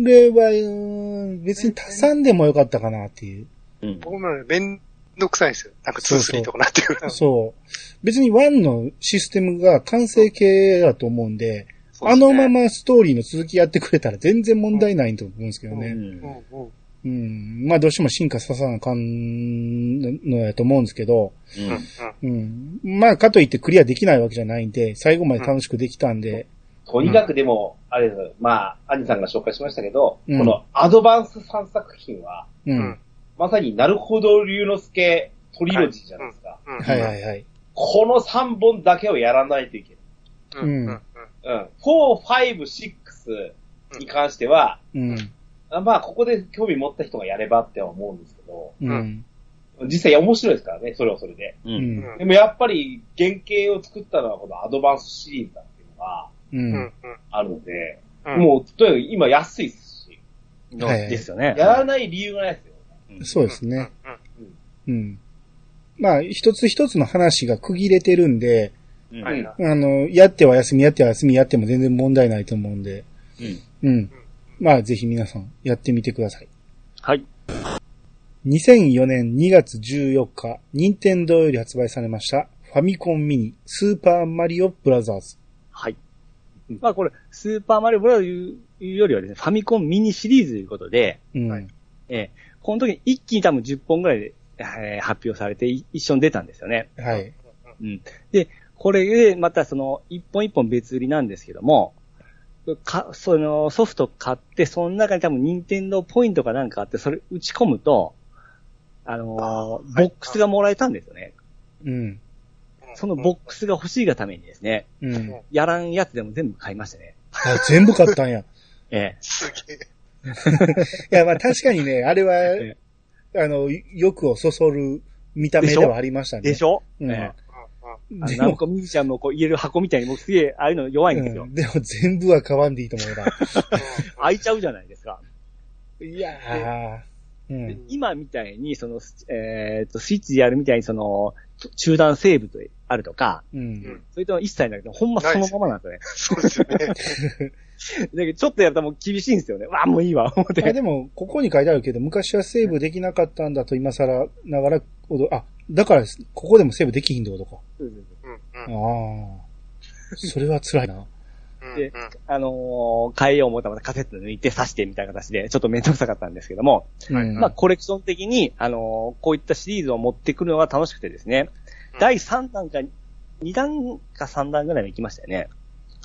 Speaker 1: れはうん、別に足さんでもよかったかなっていう。
Speaker 3: うん。
Speaker 2: 僕もね、めんどくさいんですよ。なんか
Speaker 1: そうそう
Speaker 2: 2、3とかなってくる。
Speaker 1: そう。別に1のシステムが完成形だと思うんで、あのままストーリーの続きやってくれたら全然問題ないと思うんですけどね。
Speaker 2: うんうん
Speaker 1: うん。まあどうしても進化させなあかんのやと思うんですけど、
Speaker 2: うんうん。
Speaker 1: うん。まあかといってクリアできないわけじゃないんで、最後まで楽しくできたんで、
Speaker 4: とにかくでも、あれです。まあ、兄さんが紹介しましたけど、
Speaker 1: うん
Speaker 4: このアドバンス3作品は、
Speaker 1: うん。
Speaker 2: うん
Speaker 4: まさになるほど龍之介トリロジーじゃないですか。
Speaker 2: うん
Speaker 1: はいはいはい。
Speaker 4: この3本だけをやらないといけ
Speaker 2: うんうんうん
Speaker 4: ない。うん。4、5、6に関しては、
Speaker 1: うん。
Speaker 4: あまあ、ここで興味持った人がやればっては思うんですけど、
Speaker 1: うん。
Speaker 4: 実際面白いですからね、それはそれで。
Speaker 3: う。
Speaker 1: うんん。
Speaker 4: でもやっぱり原型を作ったのはこのアドバンスシリーズだっていうのが
Speaker 1: うん。
Speaker 2: うん
Speaker 4: あるので、
Speaker 2: うん。
Speaker 4: もう、とにかく今安いですし、
Speaker 3: の
Speaker 1: はい
Speaker 3: ですよね。
Speaker 4: やらない理由がないですよ。
Speaker 1: そう
Speaker 2: うん
Speaker 1: ですね。。
Speaker 2: うん
Speaker 1: うん。まあ一つ一つの話が区切れてるんで、
Speaker 3: うん
Speaker 2: はいはい。
Speaker 1: あの、やっては休み、やっては休み、やっても全然問題ないと思うんで。
Speaker 3: うん
Speaker 1: うん。まあ、ぜひ皆さん、やってみてください。
Speaker 3: はい。
Speaker 1: 2004年2月14日、任天堂より発売されました、ファミコンミニ、スーパーマリオブラザーズ。
Speaker 3: はい。まあこれ、スーパーマリオブラザーズいうよりはですね、ファミコンミニシリーズということで、
Speaker 1: うん。
Speaker 2: はい
Speaker 3: えーこの時に一気に多分10本ぐらいで、えー発表されてい一緒に出たんですよね。
Speaker 1: はい。
Speaker 3: これで、またその、一本一本別売りなんですけども、か、その、ソフト買って、その中に多分、任天堂ポイントかなんかあって、それ打ち込むと、あのーボックスがもらえたんですよね。
Speaker 1: うん。
Speaker 3: そのボックスが欲しいがためにですね、
Speaker 1: うん。
Speaker 3: やらんやつでも全部買いましたね。
Speaker 1: あ、全部買った
Speaker 3: <laughs>
Speaker 1: んや。い
Speaker 3: え
Speaker 2: すげえ。
Speaker 1: や、まあ確かにね、あれは
Speaker 3: え、
Speaker 1: あの、欲をそそる見た目ではありました
Speaker 3: え
Speaker 1: ね。
Speaker 3: でしょ、
Speaker 1: うん
Speaker 3: え
Speaker 2: うんうん
Speaker 3: えあの
Speaker 1: で
Speaker 3: ナム
Speaker 1: も、
Speaker 3: コミュージアムをこう入れる箱みたいに僕すげえ、ああいうの弱いんですよ。
Speaker 1: うんでも全部は買わんでいいと思う
Speaker 3: <laughs>
Speaker 1: な。
Speaker 3: 開いちゃうじゃないですか。
Speaker 1: いやー。うん。
Speaker 3: 今みたいに、その、えーっと、スイッチでやるみたいに、その、中断セーブとあるとか、
Speaker 1: うん。
Speaker 3: それとも一切なくて、ほんまそのままなんですよね。
Speaker 2: そうですよね。
Speaker 3: だけど、ちょっとやるともう厳しいんですよね。わあ、もういいわ、思っ
Speaker 1: まあ
Speaker 3: て。
Speaker 1: でも、ここに書いてあるけど、昔はセーブできなかったんだと今更ながら、あ、だからです、ここでもセーブできひんってことか。
Speaker 2: うん
Speaker 1: ああ。それは辛いな。
Speaker 2: うん
Speaker 3: で
Speaker 2: うん
Speaker 3: あのー変えよう思ったらまたカセット抜いて刺してみたいな形で、ちょっとめんどくさかったんですけども、
Speaker 1: うん
Speaker 3: まあ、コレクション的に、あのーこういったシリーズを持ってくるのが楽しくてですね、
Speaker 2: うん
Speaker 3: 第3弾か、2弾か3弾ぐらいに行きましたよね。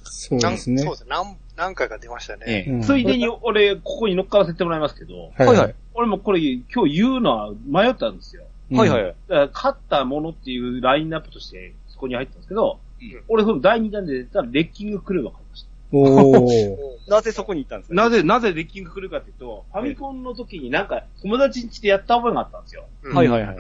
Speaker 1: そう
Speaker 2: な
Speaker 1: で
Speaker 2: ん
Speaker 1: す
Speaker 2: そう
Speaker 1: ね。
Speaker 2: ですね。何何回か出ましたね。
Speaker 3: ええ
Speaker 1: うん
Speaker 4: ついでに俺、ここに乗っからせてもらいますけど、
Speaker 1: はい
Speaker 3: はいはい
Speaker 4: 俺もこれ今日言うのは迷ったんですよ。
Speaker 3: はいはい
Speaker 1: い。
Speaker 3: はい。
Speaker 4: だから勝ったものっていうラインナップとして、そこに入ったんですけど、
Speaker 2: うん
Speaker 4: 俺、その第2弾で出たレッキングクルーが買いました。
Speaker 1: お
Speaker 2: お
Speaker 1: ー。
Speaker 2: う
Speaker 3: なぜそこに行ったんですか
Speaker 4: なぜ、なぜレッキングクルーかっていうと、ファミコンの時になんか友達ん家でやった覚えがあったんですよ。
Speaker 2: うん
Speaker 3: はいはいはい。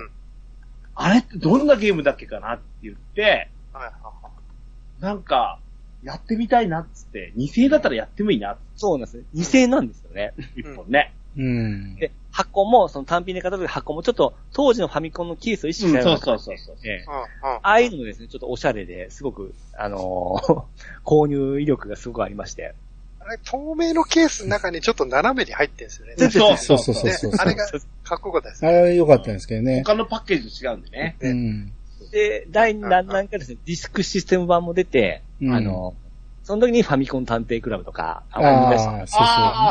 Speaker 4: あれってどんなゲームだっけかなって言って、
Speaker 2: はいはい
Speaker 4: なんか、やってみたいなっつって、2世だったらやってもいいなっ
Speaker 3: そうなんですね。2世なんですよね。
Speaker 4: て、1本ね。
Speaker 1: うん。
Speaker 3: で、箱も、その単品で片付けた箱もちょっと、当時のファミコンのケースを意識
Speaker 4: う
Speaker 3: した
Speaker 4: ん
Speaker 3: よう
Speaker 4: そ
Speaker 3: な
Speaker 4: うそうそうそう。
Speaker 3: ええ
Speaker 2: うんうん
Speaker 3: ああいうのもですね、ちょっとおしゃれで、すごく、あのー <laughs> 購入威力がすごくありまして。
Speaker 2: あれ、透明のケースの中にちょっと斜めに入ってるんですよね。
Speaker 4: そうそう
Speaker 1: そうそうそうそ
Speaker 2: ね
Speaker 1: う。
Speaker 2: あれがかっこよかったです
Speaker 1: あ
Speaker 2: ね。
Speaker 1: れは良かったんですけどね。
Speaker 4: 他のパッケージと違うんでね。
Speaker 1: うん。
Speaker 3: で、第2弾なんかですね、ディスクシステム版も出て、
Speaker 1: うん
Speaker 3: あのーその時にファミコン探偵クラブとか、あの出して
Speaker 1: ああ、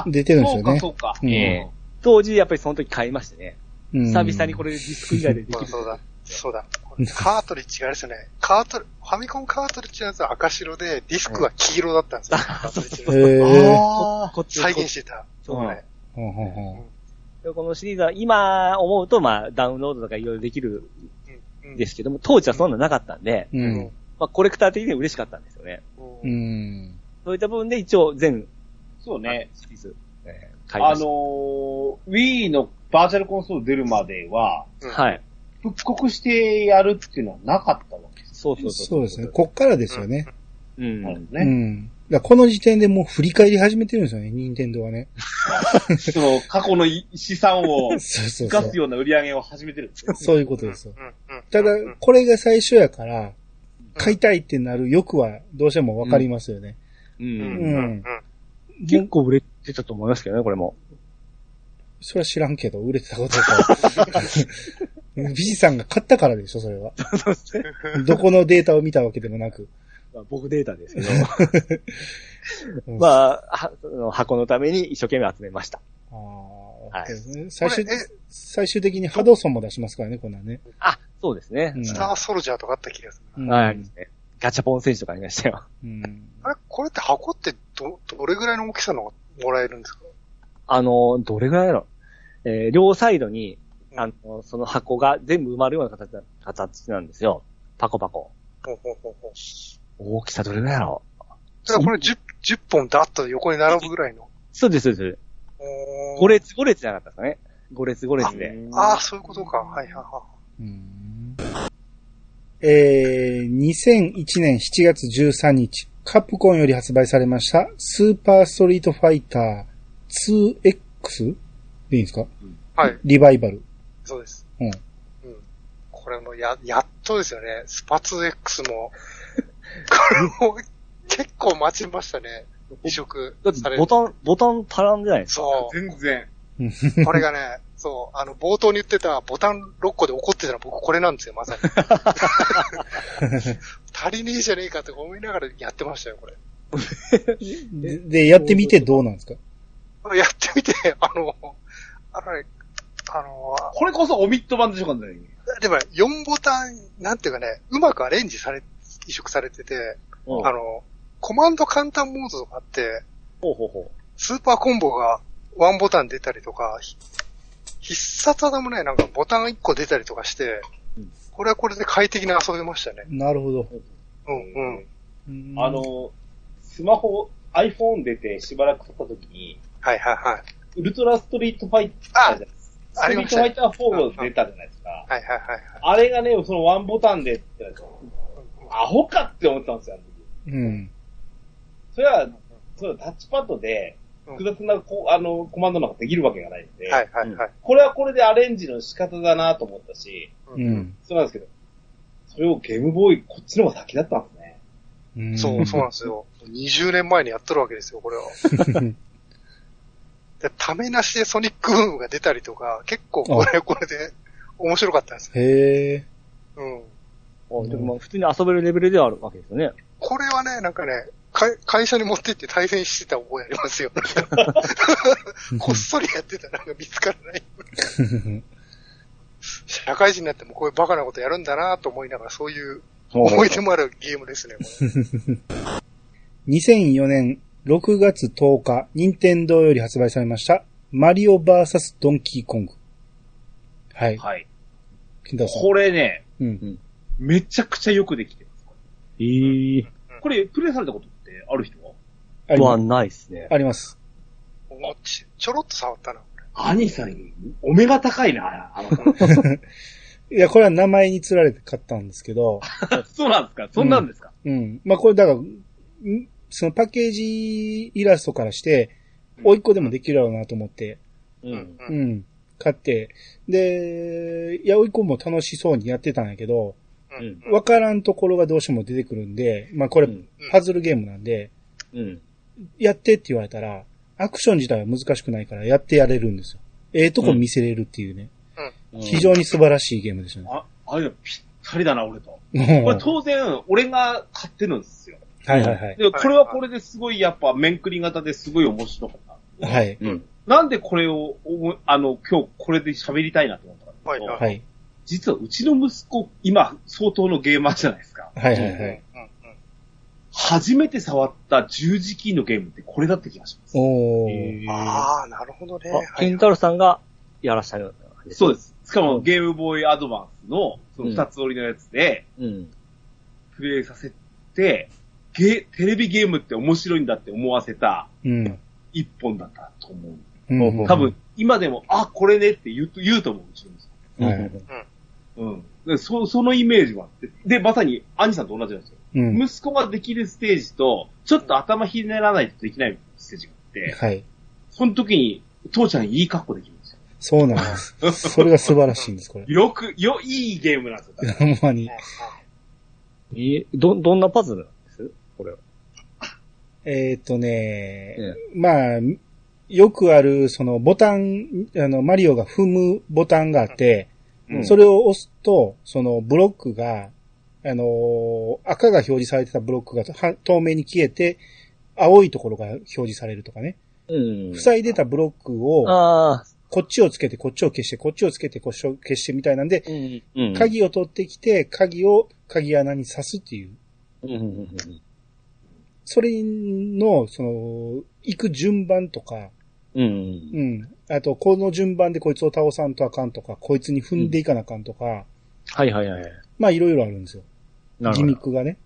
Speaker 1: そうそう。出てるんですよね
Speaker 4: そ。うか、そうか。
Speaker 1: うん
Speaker 3: ええ当時やっぱりその時買いましてね、
Speaker 1: うん
Speaker 3: 久々にこれディスク以外でで
Speaker 2: ま <laughs>
Speaker 3: き
Speaker 2: あ
Speaker 3: る。
Speaker 2: そうだ。そうだ。カートリッジがあれですよね。カートリ、ファミコンカートリッジのやつは赤白で、ディスクは黄色だったんですよ。カートリッジの
Speaker 1: へえ。
Speaker 3: ここっち
Speaker 2: 再現してた。
Speaker 3: そう
Speaker 4: うん
Speaker 2: はい
Speaker 1: ほんほんほん
Speaker 3: このシリーズは今思うと、まあ、ダウンロードとかいろいろできる
Speaker 2: うんうん
Speaker 3: んですけども、当時はそんなのなかったんで、
Speaker 1: う
Speaker 2: うん
Speaker 1: ん。
Speaker 3: まあ、コレクター的には嬉しかったんですよね。
Speaker 1: う
Speaker 2: うん
Speaker 1: ん。
Speaker 3: そういった部分で一応全
Speaker 4: そうね。
Speaker 3: シリーズ、えー買い
Speaker 4: あ
Speaker 3: ました。
Speaker 4: のー、Wii のバーチャルコンソール出るまでは、
Speaker 3: はい。
Speaker 4: 復刻してやるっていうのはなかったわけ
Speaker 3: そうそうそう。
Speaker 1: そうですね。こっからですよね。
Speaker 3: う
Speaker 4: なん
Speaker 3: ん。
Speaker 4: です
Speaker 1: う
Speaker 4: ね。
Speaker 1: ん。だからこの時点でもう振り返り始めてるんですよね、任天堂は
Speaker 3: <laughs>
Speaker 1: ね。
Speaker 4: その過去の資産を
Speaker 1: そうそ
Speaker 4: 生
Speaker 1: うそ
Speaker 4: か
Speaker 1: う
Speaker 4: す。ような売り上げを始めてるんですよ。
Speaker 1: そういうことですよ。
Speaker 2: うんうん
Speaker 1: ただ
Speaker 2: うん、
Speaker 1: これが最初やから、買いたいってなる欲はどうしてもわかりますよね。
Speaker 3: う。
Speaker 2: うんんう
Speaker 1: うん
Speaker 2: ん
Speaker 3: 結構売れてたと思いますけどね、これも。
Speaker 1: それは知らんけど、売れてたことだ
Speaker 2: <laughs>
Speaker 1: から。ビジさんが買ったからでしょ、それは。どこのデータを見たわけでもなく。
Speaker 3: まあ僕データですけど。 <laughs> まあ、はその箱のために一生懸命集めました。
Speaker 1: あー
Speaker 3: はい
Speaker 1: そうですね最終
Speaker 2: これえ、
Speaker 1: 最終的にハドソンも出しますからね、こんなんね。
Speaker 3: あ、そうですね。
Speaker 1: うん
Speaker 2: スターソルジャーとかあった気がするな。
Speaker 1: うん
Speaker 3: はい、ガチャポン選手とかありましたよ。 <laughs>
Speaker 1: うん
Speaker 2: あれ、これって箱ってど、どれぐらいの大きさのがもらえるんですか
Speaker 3: あの、どれぐらいだろう。えー両サイドに、
Speaker 2: うん
Speaker 3: あの、その箱が全部埋まるような形な形なんですよ。パコパコ。
Speaker 2: ほうほうほうほう
Speaker 3: 大きさどれぐらいだろう。
Speaker 2: だからこれ 10, 10本ダッと横に並ぶぐらいの。
Speaker 3: そうです、そうです。
Speaker 2: こ
Speaker 3: 5。列、5列じゃなかったですかね。5列、5列で。
Speaker 2: ああ、そういうことか。はいはいは
Speaker 1: うんえー、2001年7月13日、カプコンより発売されました、スーパーストリートファイター 2X? でいいんですか
Speaker 2: い。はい、
Speaker 1: リバイバル。
Speaker 2: そうです。
Speaker 1: うん
Speaker 3: <laughs>
Speaker 2: うん。これもや、やっとですよね。スパツ X も、れも結構待ちましたね。移植
Speaker 3: だっ
Speaker 2: さ
Speaker 3: て
Speaker 2: れ
Speaker 3: ボ
Speaker 2: る。
Speaker 3: タン、ボタン足らんじゃないですか。
Speaker 2: そ
Speaker 4: 全然。
Speaker 2: う。これがね、そう、あの、冒頭に言ってたボタン6個で怒ってたの僕これなんですよ、
Speaker 3: <laughs>
Speaker 2: まさに。足りねえじゃねえかって思いながらやってましたよ、これ。
Speaker 1: で、でやってみてどうなんですか
Speaker 2: やってみて、あの、あのね、あの、
Speaker 4: これこそオミット版でしょ完全に。
Speaker 2: でもね4ボタン、なんていうかね、うまくアレンジされ、移植されてて、
Speaker 4: うん
Speaker 2: あの、コマンド簡単モードとかあって、
Speaker 3: ほうほうほ
Speaker 2: スーパーコンボがワンボタン出たりとか、ひ必殺技もね、なんかボタン1個出たりとかして
Speaker 3: うん、
Speaker 2: これはこれで快適に遊べましたね。
Speaker 1: なるほど。
Speaker 2: うんうん。
Speaker 1: うん
Speaker 4: あ、の、スマホ、iPhone 出てしばらく経った時に、
Speaker 2: はいはいはい。
Speaker 4: ウルトラストリートファイターじゃないですか。
Speaker 2: ああ
Speaker 4: スト
Speaker 2: り
Speaker 4: リ
Speaker 2: ま
Speaker 4: ー
Speaker 2: し
Speaker 4: ト
Speaker 2: た
Speaker 4: ファ
Speaker 2: ね
Speaker 4: イター4が出たじゃないですか。
Speaker 2: はいはいはい。
Speaker 4: あれがね、そのワンボタンでってやつ、アホかって思ったんですよ、あの時
Speaker 1: うん。
Speaker 4: それは、それはタッチパッドで、複雑なこあのコマンドなんかできるわけがないので、
Speaker 2: はいはいはい。
Speaker 4: これはこれでアレンジの仕方だなと思ったし、
Speaker 1: う
Speaker 2: うん
Speaker 1: ん。
Speaker 4: そうなんですけど、それをゲームボーイ、こっちの方が先だったんですね。
Speaker 1: うん
Speaker 2: そう、そうなんですよ。20年前にやっとるわけですよ、これは。で、ためなしでソニックブームが出たりとか、結構これはこれで面白かったんですよ。
Speaker 1: へえ。
Speaker 2: うん。
Speaker 3: う。あでもまあ普通に遊べるレベルではあるわけですよね。
Speaker 2: これはね、なんかね、か会社に持って行って対戦してた覚えありますよ。こっそりやってた、なんか見つからない。社会人になってもこういうバカなことやるんだなと思いながら、そういう思い出もあるゲームですね、これ。
Speaker 1: 2004年6月10日、任天堂より発売されました、マリオ VS ドンキーコング。はい。
Speaker 4: はい。
Speaker 1: 金太郎さん。
Speaker 4: これね、
Speaker 1: うん。
Speaker 4: めちゃくちゃよくできてます。
Speaker 3: ええ
Speaker 4: これ、プレイされたことってある人は
Speaker 1: あり
Speaker 3: は
Speaker 1: ます。
Speaker 3: ないですね。
Speaker 1: あります。
Speaker 2: おちちょろっと触ったな。
Speaker 4: 兄さん、お目が高いな、あの子
Speaker 1: いや、これは名前に釣られて買ったんですけど、
Speaker 4: <laughs> そうなんですかそんなんですか、
Speaker 1: うん。まあ、これだから、んそのパッケージイラストからして、おいっ子でもできるやろうなと思って、
Speaker 3: う。
Speaker 2: うん。
Speaker 1: うんん。買って、で、いや、おいっ子も楽しそうにやってたんやけど、
Speaker 2: うん。うん
Speaker 1: わからんところがどうしても出てくるんで、まあ、これ
Speaker 3: うん、
Speaker 1: パズルゲームなんで、
Speaker 3: うん。
Speaker 1: やってって言われたら、アクション自体は難しくないからやってやれるんですよ。ええとこ見せれるっていうね、非常に素晴らしいゲームでしたね。
Speaker 4: あ、あれぴったりだな、俺と。
Speaker 1: もう <laughs>
Speaker 4: これ当然、俺が買ってるんですよ。
Speaker 1: はいはいはい。
Speaker 4: で、これはこれですごい、やっぱ、面繰り型ですごい面白かった。
Speaker 1: はい。
Speaker 3: うん。
Speaker 4: なんでこれを思い、あの、今日これで喋りたいなと思ったかっていうと
Speaker 2: はい
Speaker 1: はい。
Speaker 4: 実はうちの息子、今、相当のゲーマーじゃないですか。
Speaker 1: はいはいはい。
Speaker 2: うんうん
Speaker 4: 初めて触った十字キーのゲームってこれだって気がします。
Speaker 1: おー。
Speaker 2: ああ、なるほどね。
Speaker 3: あ、
Speaker 2: はい
Speaker 3: ケンタロウさんがやらしたような感じ
Speaker 4: そう
Speaker 3: う
Speaker 4: です。しかもゲームボーイアドバンスの、その二つ折りのやつで、
Speaker 3: うん。
Speaker 4: プレイさせて、ゲ、テレビゲームって面白いんだって思わせた
Speaker 1: うん。
Speaker 4: 一本だったと思う。
Speaker 1: うん
Speaker 4: 多分、、今でも、あ、これねって言うと、言うと思う、うちの息
Speaker 1: はい
Speaker 4: 子。うん。でそ、そのイメージがあって。で、まさに、兄さんと同じなんですよ。
Speaker 1: うん。
Speaker 4: 息子ができるステージと、ちょっと頭ひねらないとできないステージがあって、
Speaker 1: はい。
Speaker 4: その時に、父ちゃんいい格好できるんですよ。
Speaker 1: そうなんです。それが素晴らしいんです、これ。
Speaker 4: <laughs> よく、よ、いいゲームなんですよ。 <laughs>
Speaker 1: ほんまに。
Speaker 3: えど、どんなパズルなんですこれは。
Speaker 1: えーっとね
Speaker 3: え、
Speaker 1: まあ、よくある、その、ボタン、あの、マリオが踏むボタンがあって、
Speaker 4: うん
Speaker 1: それを押すと、その、ブロックが、あのー赤が表示されてたブロックがは透明に消えて、青いところが表示されるとかね。
Speaker 3: うん
Speaker 1: 塞いでたブロックを、
Speaker 3: ああ。
Speaker 1: こっちをつけて、こっちを消して、こっちをつけて、こっちを消してみたいなんで、
Speaker 3: うん。うん。
Speaker 1: 鍵を取ってきて、鍵を鍵穴に刺すっていう。
Speaker 3: うんうんうん
Speaker 1: それの、その、行く順番とか、
Speaker 3: うん。うん。
Speaker 1: うん。あと、この順番でこいつを倒さんとあかんとか、こいつに踏んでいかなあかんとか、
Speaker 3: はいはいはい。
Speaker 1: まあいろいろあるんですよ。
Speaker 3: なる
Speaker 1: ギ
Speaker 3: ほ
Speaker 1: ミッ
Speaker 3: ど。
Speaker 1: クがね。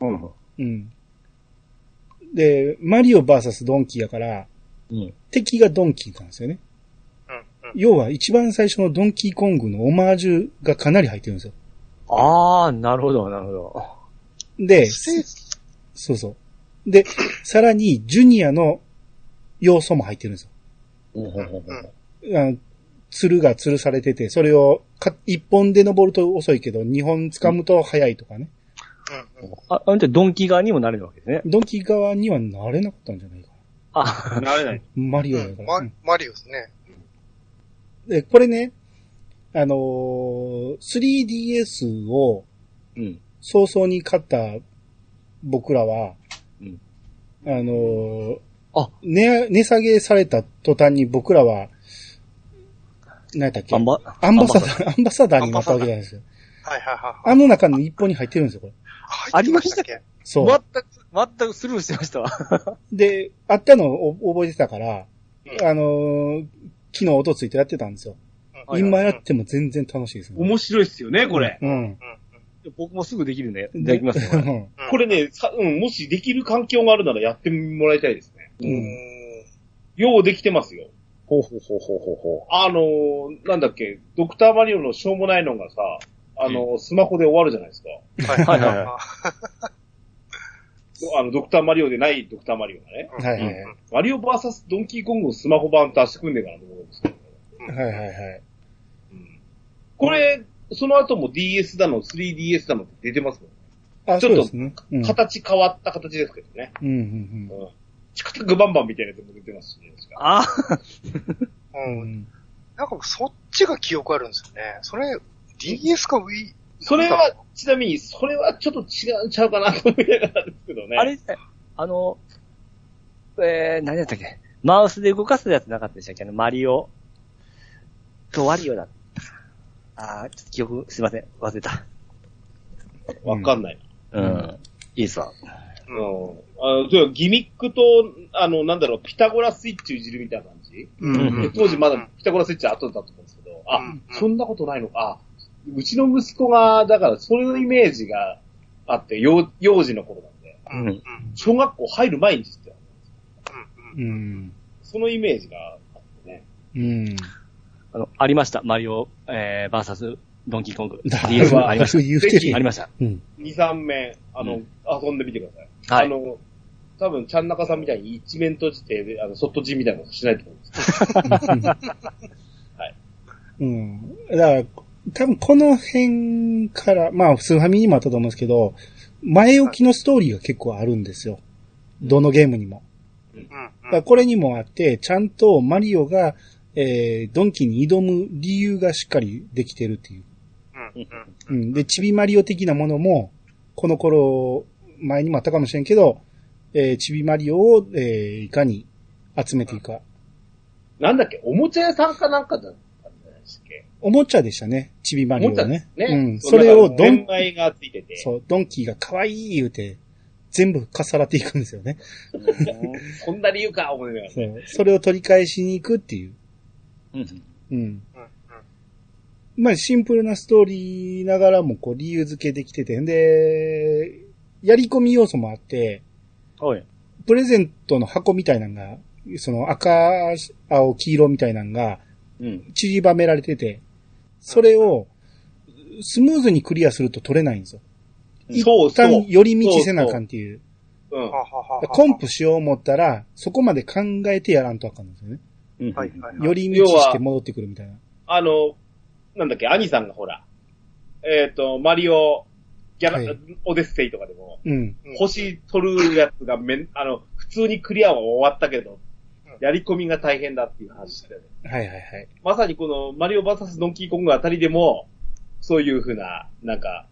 Speaker 3: うん。
Speaker 1: うん。で、マリオバーサスドンキーやから、
Speaker 3: うん。
Speaker 1: 敵がドンキーなんですよね。
Speaker 2: うんうん
Speaker 1: 要は一番最初のドンキーコングのオマージュがかなり入ってるんですよ。
Speaker 3: ああ、なるほど、なるほど。
Speaker 1: で、
Speaker 2: ステージ
Speaker 1: そうそう。で、さらにジュニアの要素も入ってるんです
Speaker 3: うんうんうん
Speaker 2: うん
Speaker 1: よ。あの鶴が吊るされてて、それをか一本で登ると遅いけど、二本掴むと早いとかね。
Speaker 2: うんうん。
Speaker 3: あ、あんたドンキー側にもなれるわけですね。
Speaker 1: ドンキー側にはなれなかったんじゃないか
Speaker 3: あ、
Speaker 4: なれない。
Speaker 1: な。マリオだ
Speaker 2: う
Speaker 1: か
Speaker 2: ん
Speaker 1: ら。
Speaker 2: マ
Speaker 1: うん
Speaker 2: マリオですね。
Speaker 1: で、これね、あのー 3DS を
Speaker 3: うん。
Speaker 1: 早々に買った僕らは、
Speaker 3: うん
Speaker 1: あのー
Speaker 3: あ
Speaker 1: 値、値下げされた途端に僕らは、何やったっけ
Speaker 3: <laughs> あんま、
Speaker 1: アンバサダー、アンバサダーになったわけじゃないですよ。
Speaker 2: はいはいはい。
Speaker 1: あの中の一本に入ってるんですよ、これ。
Speaker 2: 入ってっけ
Speaker 1: そう。
Speaker 3: 全く、全くスルーしてましたわ。
Speaker 1: で、あったのを覚えてたから、
Speaker 2: うん
Speaker 1: あのー昨日音ついてやってたんですよ。
Speaker 2: うん
Speaker 1: 今やっても全然楽しいですね。
Speaker 4: 面白いっすよね、これ。
Speaker 1: うん。
Speaker 3: 僕もすぐできるんで、いただきますね、これ
Speaker 1: <laughs> うん
Speaker 4: こ
Speaker 2: うん
Speaker 4: れね、さうん、もしできる環境があるならやってもらいたいですね。
Speaker 2: う
Speaker 1: うん
Speaker 2: ん。
Speaker 4: ようできてますよ。
Speaker 3: ほうほうほうほうほうほ
Speaker 4: あのー、なんだっけ、ドクターマリオのしょうもないのがさ、あのー、スマホで終わるじゃないですか。
Speaker 2: はい
Speaker 3: は
Speaker 2: はいい
Speaker 3: はい
Speaker 2: は
Speaker 4: あの、ドクターマリオでないドクターマリオがね。
Speaker 2: い。
Speaker 1: はいは
Speaker 2: う
Speaker 1: い
Speaker 2: ん
Speaker 4: マリオバーサスドンキーコングのスマホ版出してくんねえかなと思うんですけど。
Speaker 1: はいはいはい。
Speaker 4: うんこれ、その後も DS だの、3DS だのって出てますもん。
Speaker 1: あ、
Speaker 4: ち
Speaker 1: そ
Speaker 4: ょっ
Speaker 1: う
Speaker 4: と
Speaker 1: ですね。うん。
Speaker 4: 形変わった形ですけどね。
Speaker 1: うんうん
Speaker 4: うんチクタクバンバンみたいなやつも出てますし、ね。
Speaker 3: う。 <laughs> あ
Speaker 1: う。
Speaker 2: うん。
Speaker 1: うんん
Speaker 2: なんかそっちが記憶あるんですよね。それ、DS か Wii?
Speaker 4: それは、ちなみに、それはちょっと違うんちゃうかなと思いながらですけどね。
Speaker 3: あれですね、あの、えー、何やったっけマウスで動かすやつなかったでしたっけあの、マリオとワリオだった。あー、ちょっと記憶、すいません、忘れた。
Speaker 4: わかんない。
Speaker 3: うん。いいっすわ。
Speaker 4: うん。あの、というかギミックと、あの、なんだろう、ピタゴラスイッチをいじるみたいな感じ、
Speaker 1: うん
Speaker 3: う
Speaker 4: で
Speaker 3: ん
Speaker 4: 当時ま
Speaker 2: う
Speaker 4: だ
Speaker 2: ん
Speaker 4: ピタゴラスイッチは後だったと思うんですけど、あ、
Speaker 2: うん
Speaker 4: そんなことないのか。あうちの息子が、だから、そういうイメージがあって、幼幼児の頃なんで、
Speaker 2: うん。うん。うん。
Speaker 4: 小学校入る前に実は、
Speaker 1: うん。
Speaker 4: そのイメージがあってね。
Speaker 1: うん。
Speaker 3: あの、ありました。マリオ、えー、バーサス、ドンキー <laughs> コング。
Speaker 1: だ
Speaker 3: DS ありまし
Speaker 1: 言うてる
Speaker 4: ぜひ
Speaker 3: た。<laughs> あ
Speaker 1: やん
Speaker 3: りました。
Speaker 1: うん。
Speaker 4: 2、3面、あの、
Speaker 3: う
Speaker 4: 遊んでみてください。
Speaker 3: は
Speaker 4: あ
Speaker 3: い。
Speaker 4: の、多分、ちゃん中さんみたいに一面閉じて、あの、そっと字みたいなことしないと思うんですよ。
Speaker 1: うん。だから、多分この辺から、まあ、スーファミにもあったと思うんですけど、前置きのストーリーが結構あるんですよ。どのゲームにも。だからこれにもあって、ちゃんとマリオが、えー、ドンキに挑む理由がしっかりできてるっていう。
Speaker 2: う。
Speaker 1: うんん。で、ちびマリオ的なものも、この頃、前にもあったかもしれんけど、えー、ちびマリオを、えー、いかに集めていくか。
Speaker 4: なんだっけ、おもちゃ屋さんかなんかだったんじゃないでしたっけ
Speaker 1: おもちゃでしたね。ちびマリオはね。
Speaker 4: ね。
Speaker 1: うん。それをドン
Speaker 4: 恋、愛がついてて。 <laughs>
Speaker 1: そう、ドンキーが可愛い言うて、全部重なっていくんですよね。
Speaker 4: そんな理由か、思いながら。
Speaker 1: そう。それを取り返しに行くっていう。
Speaker 3: うん
Speaker 1: うん。まあ、シンプルなストーリーながらも、こう、理由付けできてて、んで、やり込み要素もあって、
Speaker 3: はい。
Speaker 1: プレゼントの箱みたいなのが、その赤、青、黄色みたいなのが
Speaker 3: うん。
Speaker 1: 散りばめられてて、それをスムーズにクリアすると取れないんですよ。
Speaker 4: そう
Speaker 1: 一旦
Speaker 4: そう。
Speaker 1: 寄り道せなあかんっていう。
Speaker 4: うん。
Speaker 1: コンプしよう思ったら、そこまで考えてやらんとあかんんですよね。
Speaker 3: うん
Speaker 2: はいはいはい。
Speaker 1: 寄り道して戻ってくるみたいな。
Speaker 4: あの、なんだっけ、兄さんがほら、えっ、と、マリオ、ギャラ、
Speaker 1: はい
Speaker 4: オデッセイとかでも、
Speaker 1: うん。
Speaker 2: うん
Speaker 4: 星取るやつがめん、あの、普通にクリアは終わったけど
Speaker 2: うん、
Speaker 4: やり込みが大変だっていう話してたよね。
Speaker 1: はいはいはい。
Speaker 4: まさにこのマリオバーサスドンキーコングあたりでも、そういうふうな、なんか、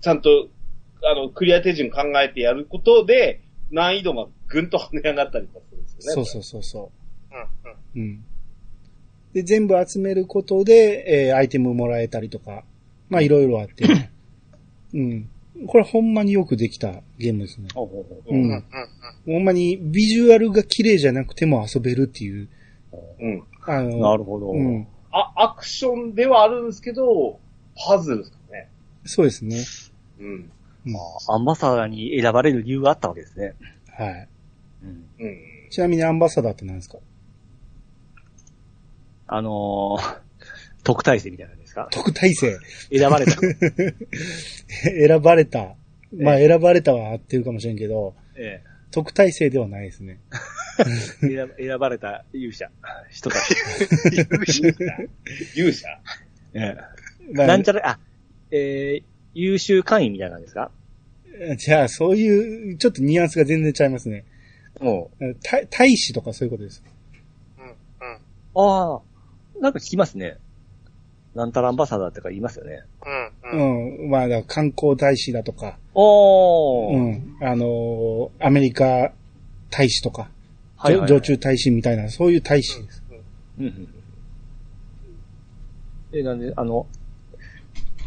Speaker 4: ちゃんと、あの、クリア手順考えてやることで、難易度がぐんと跳ね上がったりとかするんですよね。
Speaker 1: そうそうそうそう。
Speaker 2: うんうん
Speaker 1: うん。で、全部集めることで、えーアイテムもらえたりとか、まあいろいろあって。
Speaker 3: <laughs>
Speaker 1: うん。これほんまによくできたゲームですね。
Speaker 3: ほうほうほう
Speaker 1: うん。
Speaker 2: うん
Speaker 1: ほんまにビジュアルが綺麗じゃなくても遊べるっていう。
Speaker 4: うん。
Speaker 1: あの、
Speaker 3: なるほど。
Speaker 1: うん。
Speaker 4: あ、アクションではあるんですけど、パズルですかね。
Speaker 1: そうですね。
Speaker 4: うん。
Speaker 1: うん
Speaker 3: アンバサダーに選ばれる理由があったわけですね。
Speaker 1: はい。
Speaker 3: うん。
Speaker 4: うん。
Speaker 1: ちなみにアンバサダーって何ですか
Speaker 3: あのー、特待生みたいなんですか
Speaker 1: 特待生。 <laughs>
Speaker 3: 選ばれ <laughs> た。
Speaker 1: 選ばれた。まあ選ばれたは合ってるかもしれんけど、
Speaker 3: え
Speaker 1: 特待生ではないですね。
Speaker 3: え選ば選ばれた勇者、人たち。
Speaker 4: 勇者
Speaker 3: ええ
Speaker 1: まあ
Speaker 3: なんちゃら、あ、えー、優秀会員みたいなんですか
Speaker 1: じゃあ、そういう、ちょっとニュアンスが全然ちゃいますね。
Speaker 3: も
Speaker 1: た大使とかそういうことです。
Speaker 2: うん、うん、
Speaker 3: う。ああ、なんか聞きますね。なんたらアンバサダーとか言いますよね。
Speaker 2: うん、うん。
Speaker 1: うん。まあ、だから観光大使だとか、
Speaker 3: おー。
Speaker 1: うん。あのーアメリカ大使とか、
Speaker 3: はいはいはい
Speaker 1: 常駐大使みたいな、そういう大使です。
Speaker 3: うんうんうん。え、なんで、あの、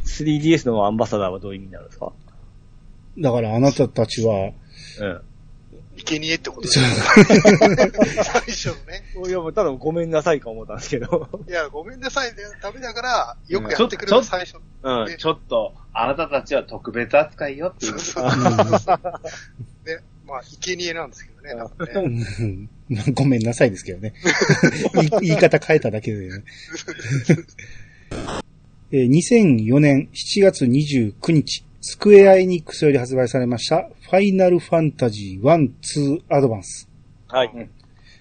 Speaker 3: 3DS のアンバサダーはどういう意味になるんですか
Speaker 1: だから、あなたたち
Speaker 3: <laughs>
Speaker 1: は、
Speaker 3: うん。
Speaker 2: 生贄ってことで
Speaker 1: <laughs>
Speaker 2: す
Speaker 1: そう
Speaker 2: よ最初のね。
Speaker 3: いや、もうただごめんなさいか思ったんですけど。
Speaker 2: いや、ごめんなさいね、ダメだから、よく
Speaker 3: うん
Speaker 2: やってくれ
Speaker 4: ちょ
Speaker 2: る
Speaker 4: っと
Speaker 2: 最初。
Speaker 4: うん、ちょっと、あなたたちは特別扱いよってい
Speaker 2: そうう。そうそうそう。ね、まあ、生贄なんですけどね、多分ね。
Speaker 1: うんごめんなさいですけどね。 <laughs> 言い言い方変えただけでね。えー2004年7月29日、スクエアエニックスより発売されました、ファイナルファンタジー1、2アドバンス。
Speaker 3: はい。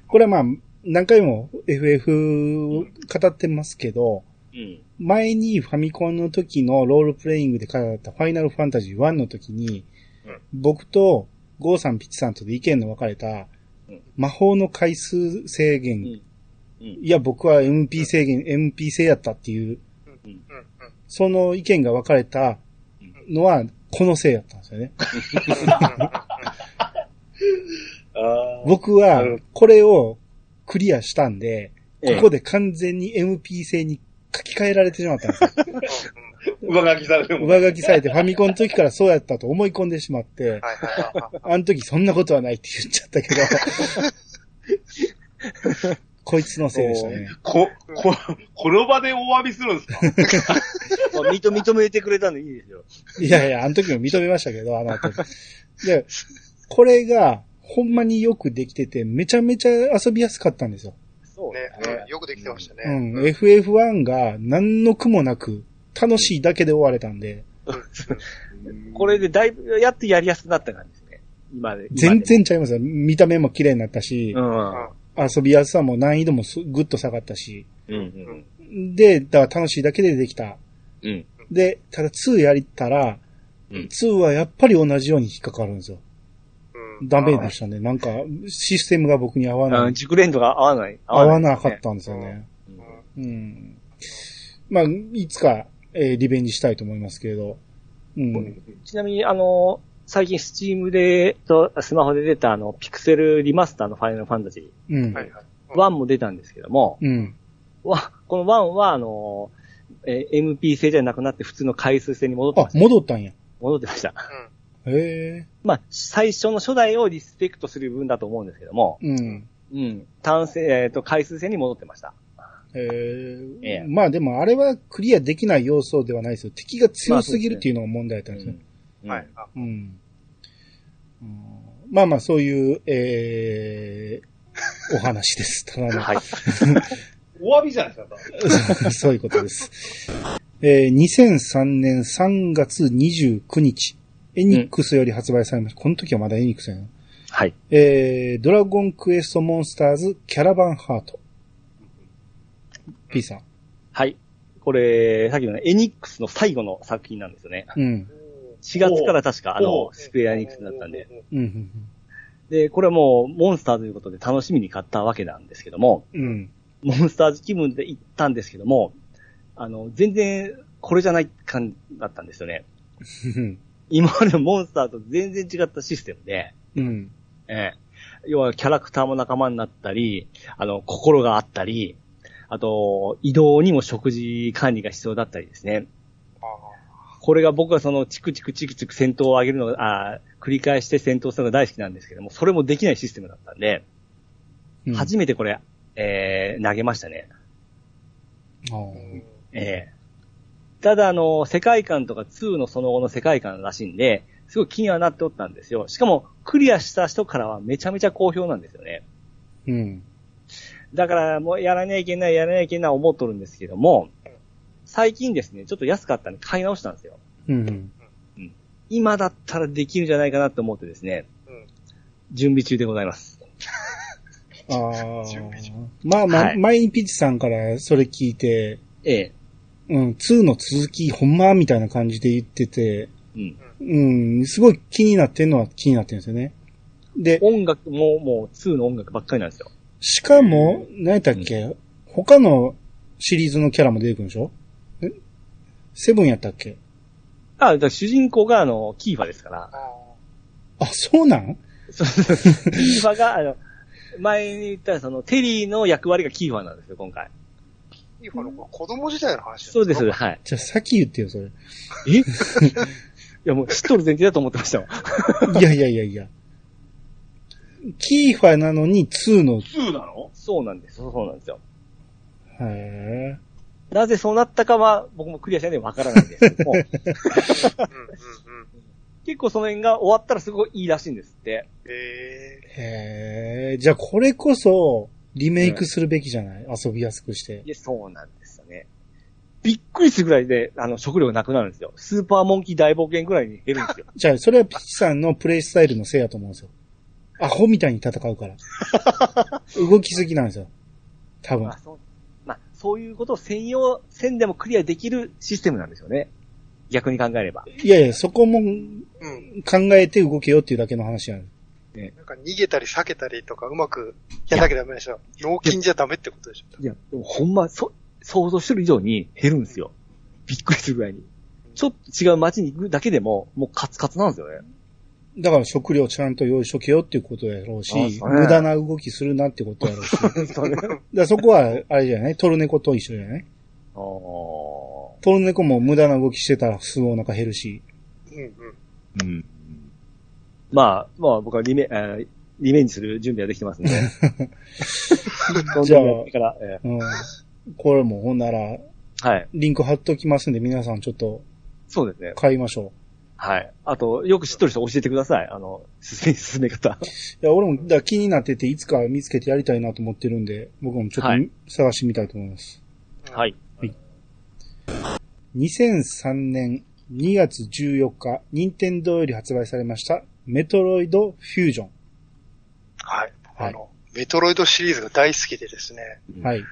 Speaker 1: これはまあ、何回も FF 語ってますけど、
Speaker 3: うん。
Speaker 1: 前にファミコンの時のロールプレイングで語ったファイナルファンタジー1の時に、
Speaker 4: うん
Speaker 1: 僕とゴーさん、ピッチさんとで意見の分かれた
Speaker 4: うん、
Speaker 1: 魔法の回数制限、
Speaker 3: うんうん
Speaker 1: いや、僕は MP 制限、MP 制やったっていう、
Speaker 2: うん、うん。
Speaker 1: その意見が分かれたのは、このせいやったんですよね。
Speaker 4: あー
Speaker 1: 僕は、これをクリアしたんで、
Speaker 3: ええ
Speaker 1: ここで完全に MP 制に書き換えられてしまったんです
Speaker 3: <laughs>
Speaker 1: よ。
Speaker 4: 上書きされても。
Speaker 1: 上書きされて、ファミコンの時からそうやったと思い込んでしまって、
Speaker 2: はいはいはい。
Speaker 1: あの時そんなことはないって言っちゃったけど、
Speaker 3: <laughs>
Speaker 1: こいつのせいでしたね。
Speaker 4: こ、こ、 <laughs> この場でお詫びするんですか
Speaker 3: まあ認認めてくれたんでいいですよ。
Speaker 1: いやいや、あの時も認めましたけど、あの後。で、これが、ほんまによくできてて、めちゃめちゃ遊びやすかったんですよ。
Speaker 3: そう
Speaker 2: ね
Speaker 3: ですね
Speaker 2: うん、。よくできてましたね。
Speaker 1: うん。FF1 が何の苦もなく、楽しいだけで終われたんで、
Speaker 3: <laughs> これでだいぶ、やっとやりやすくなった感じですね。今で。今
Speaker 1: 全
Speaker 3: で。
Speaker 1: 然ちゃいますよ。見た目も綺麗になったし
Speaker 3: う、ん。
Speaker 2: うん
Speaker 1: 遊びやすさも難易度もすぐっと下がったし、
Speaker 3: うん。うん。
Speaker 1: で、だから楽しいだけでできた。
Speaker 3: うん。
Speaker 1: で、ただ2やりたら、
Speaker 3: うん
Speaker 1: 2はやっぱり同じように引っかかるんですよ。
Speaker 2: うん
Speaker 1: ダメでしたね。なんか、システムが僕に合わ
Speaker 3: あ
Speaker 1: な
Speaker 3: の
Speaker 1: い。
Speaker 3: 熟練度が合わない。
Speaker 1: 合わなかっ
Speaker 3: ですね。
Speaker 1: たんですよね。
Speaker 2: うんうん
Speaker 1: うん。まあ、いつか、えーリベンジしたいと思いますけれど。うん。
Speaker 3: ちなみに、あの、最近スチームで、とスマホで出たあの、ピクセルリマスターのファイナルファンタジ
Speaker 1: うん。
Speaker 2: はいはい。
Speaker 3: ー1も出たんですけども、
Speaker 1: うん。
Speaker 3: わこの1は、あの、えー MP 制じゃなくなって普通の回数制に戻って
Speaker 1: あ
Speaker 3: ま、した。
Speaker 1: 戻ったんや。
Speaker 3: 戻ってました。
Speaker 1: へえ。
Speaker 3: まあ、最初の初代をリスペクトする分だと思うんですけども、
Speaker 1: うん。
Speaker 3: うん。単性、えっ、と、回数制に戻ってました。
Speaker 1: へ
Speaker 3: え
Speaker 1: え
Speaker 3: え。
Speaker 1: まあでも、あれはクリアできない要素ではないですよ。敵が強すぎるっていうのが問題だったんですね。
Speaker 2: うんはい。あ
Speaker 1: うん。うんまあまあ、そういう、えー、お話です。ただの
Speaker 3: はい。
Speaker 4: お詫びじゃないです
Speaker 1: <laughs>
Speaker 4: か、
Speaker 1: そういうことです。えー2003年3月29日、エニックスより発売されました。この時はまだエニックスやな。
Speaker 3: はい。
Speaker 1: えー、ドラゴンクエストモンスターズキャラバンハート。P さん。
Speaker 3: はい。これ、さっきのね、エニックスの最後の作品なんですよね。
Speaker 1: うん。
Speaker 3: 4月から確か、あ
Speaker 4: お
Speaker 3: の
Speaker 4: う、
Speaker 3: スクエアエニックスだったんで。。
Speaker 1: うんうん。
Speaker 3: で、これはもう、モンスターということで楽しみに買ったわけなんですけども、
Speaker 1: うん。
Speaker 3: モンスターズ気分で行ったんですけども、あの、全然、これじゃない感じだったんですよね。
Speaker 1: うん。
Speaker 3: 今までのモンスターと全然違ったシステムで、
Speaker 1: うん。
Speaker 3: ええ。要はキャラクターも仲間になったり、あの、心があったり、あと、移動にも食事管理が必要だったりですね。これが僕はその、チクチクチクチク戦闘を上げるのが、あー繰り返して戦闘するのが大好きなんですけども、それもできないシステムだったんで、
Speaker 1: うん
Speaker 3: 初めてこれ、えー投げましたね。
Speaker 1: あ
Speaker 2: ー
Speaker 1: ー
Speaker 2: うん
Speaker 3: ええただ、あの、世界観とか2のその後の世界観らしいんで、すごい気にはなっておったんですよ。しかも、クリアした人からはめちゃめちゃ好評なんですよね。
Speaker 1: うん。
Speaker 3: だから、もうやらなきゃいけない、やらなきゃいけない思っとるんですけども、最近ですね、ちょっと安かったんで買い直したんですよ。
Speaker 1: うん。
Speaker 3: 今だったらできるんじゃないかなと思ってですね、
Speaker 2: うん
Speaker 3: 準備中でございます。
Speaker 1: あ
Speaker 2: 準備
Speaker 1: ー
Speaker 2: 中
Speaker 1: まあまあ、
Speaker 3: はい
Speaker 1: 前にピッチさんからそれ聞いて、
Speaker 3: ええ。
Speaker 1: うん、2の続き、ほんまみたいな感じで言ってて、
Speaker 3: うん。
Speaker 1: うん、すごい気になってんのは気になってるんですよね。で、
Speaker 3: 音楽ももう2の音楽ばっかりなんですよ。
Speaker 1: しかも、何やったっけ、他のシリーズのキャラも出てくるんでしょえセブンやったっけ
Speaker 3: あ、だから主人公があの、キーファですから。
Speaker 2: あ
Speaker 1: あ、そうなん
Speaker 3: そう <laughs> そうそうキーファが、あの、前に言ったその、テリーの役割がキーファなんですよ、今回。
Speaker 2: ーいい方の子供時代の話
Speaker 3: そうです、そう
Speaker 2: よ。
Speaker 3: ですはい。
Speaker 1: じゃあ先言ってよ、それ。
Speaker 3: え <laughs> いや、もう知っとる前提だと思ってましたわ。
Speaker 1: いやいやいやいや。キーファなのに2の、
Speaker 4: 2なの
Speaker 3: そうなんです、そうなんですよ。
Speaker 1: へー
Speaker 3: なぜそうなったかは、僕もクリアしないでわからないんです <laughs> けども、
Speaker 2: うんうんうん。
Speaker 3: 結構その辺が終わったらすごいいいらしいんですって。
Speaker 2: ええ
Speaker 1: へーじゃあこれこそ、リメイクするべきじゃない、遊びやすくして
Speaker 3: い。や、そうなんですよね。びっくりするぐらいで、あの、食料がなくなるんですよ。スーパーモンキー大冒険ぐらいに減るんですよ。
Speaker 1: じゃあ、それはピッチさんのプレイスタイルのせいやと思うんですよ。アホみたいに戦う
Speaker 3: <laughs>
Speaker 1: から。動きすぎなんですよ。多分
Speaker 3: まあ、。そう、まあ、そういうことを専用、線でもクリアできるシステムなんですよね。逆に考えれば。
Speaker 1: いやいや、そこも
Speaker 2: うん。
Speaker 1: 考えて動けよっていうだけの話やん。
Speaker 2: なんか逃げたり避けたりとかうまくやんなきゃダメでしょ。脳筋じゃダメってことでしょ。
Speaker 3: いや、でもほんま、そ、想像してる以上に減るんですよ。びっくりするぐらいに。ちょっと違う街に行くだけでも、もうカツカツなんですよね。
Speaker 1: だから食料ちゃんと用意しとけよっていうことやろうし、
Speaker 3: あそうね
Speaker 1: 無駄な動きするなってことやろうし。だか
Speaker 3: <laughs> それあ
Speaker 1: らそこは、あれじゃないトルネコと一緒じゃない
Speaker 3: あ。
Speaker 1: トルネコも無駄な動きしてたらすぐお腹減るし。
Speaker 2: うんうん。
Speaker 3: うん。まあ、まあ僕はリメ、えーリベンジする準備はできてますんで。
Speaker 1: じゃあ
Speaker 3: だから、え <laughs>
Speaker 1: うん。これもほんなら、
Speaker 3: ーはい。
Speaker 1: リンク貼っときますんで皆さんちょっと
Speaker 3: そうですね。
Speaker 1: 買いましょ
Speaker 3: はい。あと、よく知っとる人教えてください。あの、 <laughs> 進め、進め方。
Speaker 1: う。いや、俺もだから気になってていつか見つけてやりたいなと思ってるんで、僕もちょっとみ、
Speaker 3: はい
Speaker 1: 探してみたいと思います。
Speaker 3: はい。
Speaker 1: 2003年2月14日、任天堂より発売されました、メトロイドフュージョン。
Speaker 2: はい。
Speaker 1: はい
Speaker 2: あの、メトロイドシリーズが大好きでですね、
Speaker 1: はい。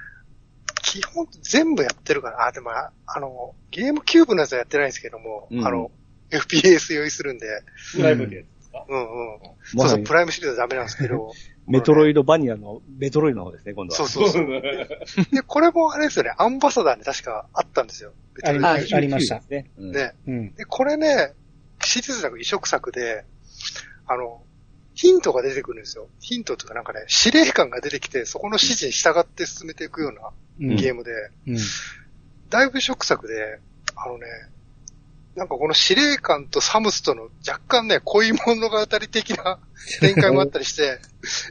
Speaker 2: 基本全部やってるから、あ、でも、ああの、ゲームキューブのやつはやってないんですけども、
Speaker 3: うん
Speaker 2: あの、FPS 用意するんで、
Speaker 4: プライムゲーム。
Speaker 2: うんうん。
Speaker 3: ま
Speaker 2: そう
Speaker 3: あ
Speaker 2: そう、プライムシリーズはダメなんです
Speaker 3: <laughs>
Speaker 2: けど、
Speaker 3: メトロイドバニラの、メトロイドの方ですね、今度は。
Speaker 2: そうそうそう。で、これもあれですよね、アンバサダーに確かあったんですよ。メトロイド
Speaker 1: あありました
Speaker 3: 99ですね。うん
Speaker 2: ね。
Speaker 1: うん。
Speaker 2: で、これね、シリーズ作、移植作で、あの、ヒントが出てくるんですよ。ヒントというかなんかね、司令官が出てきて、そこの指示に従って進めていくような
Speaker 1: うん。
Speaker 2: ゲームで、
Speaker 1: うん。
Speaker 2: だいぶショック作で、あのね、なんかこの司令官とサムスとの若干ね、恋物語
Speaker 1: <laughs>
Speaker 2: 的な展開もあったりして、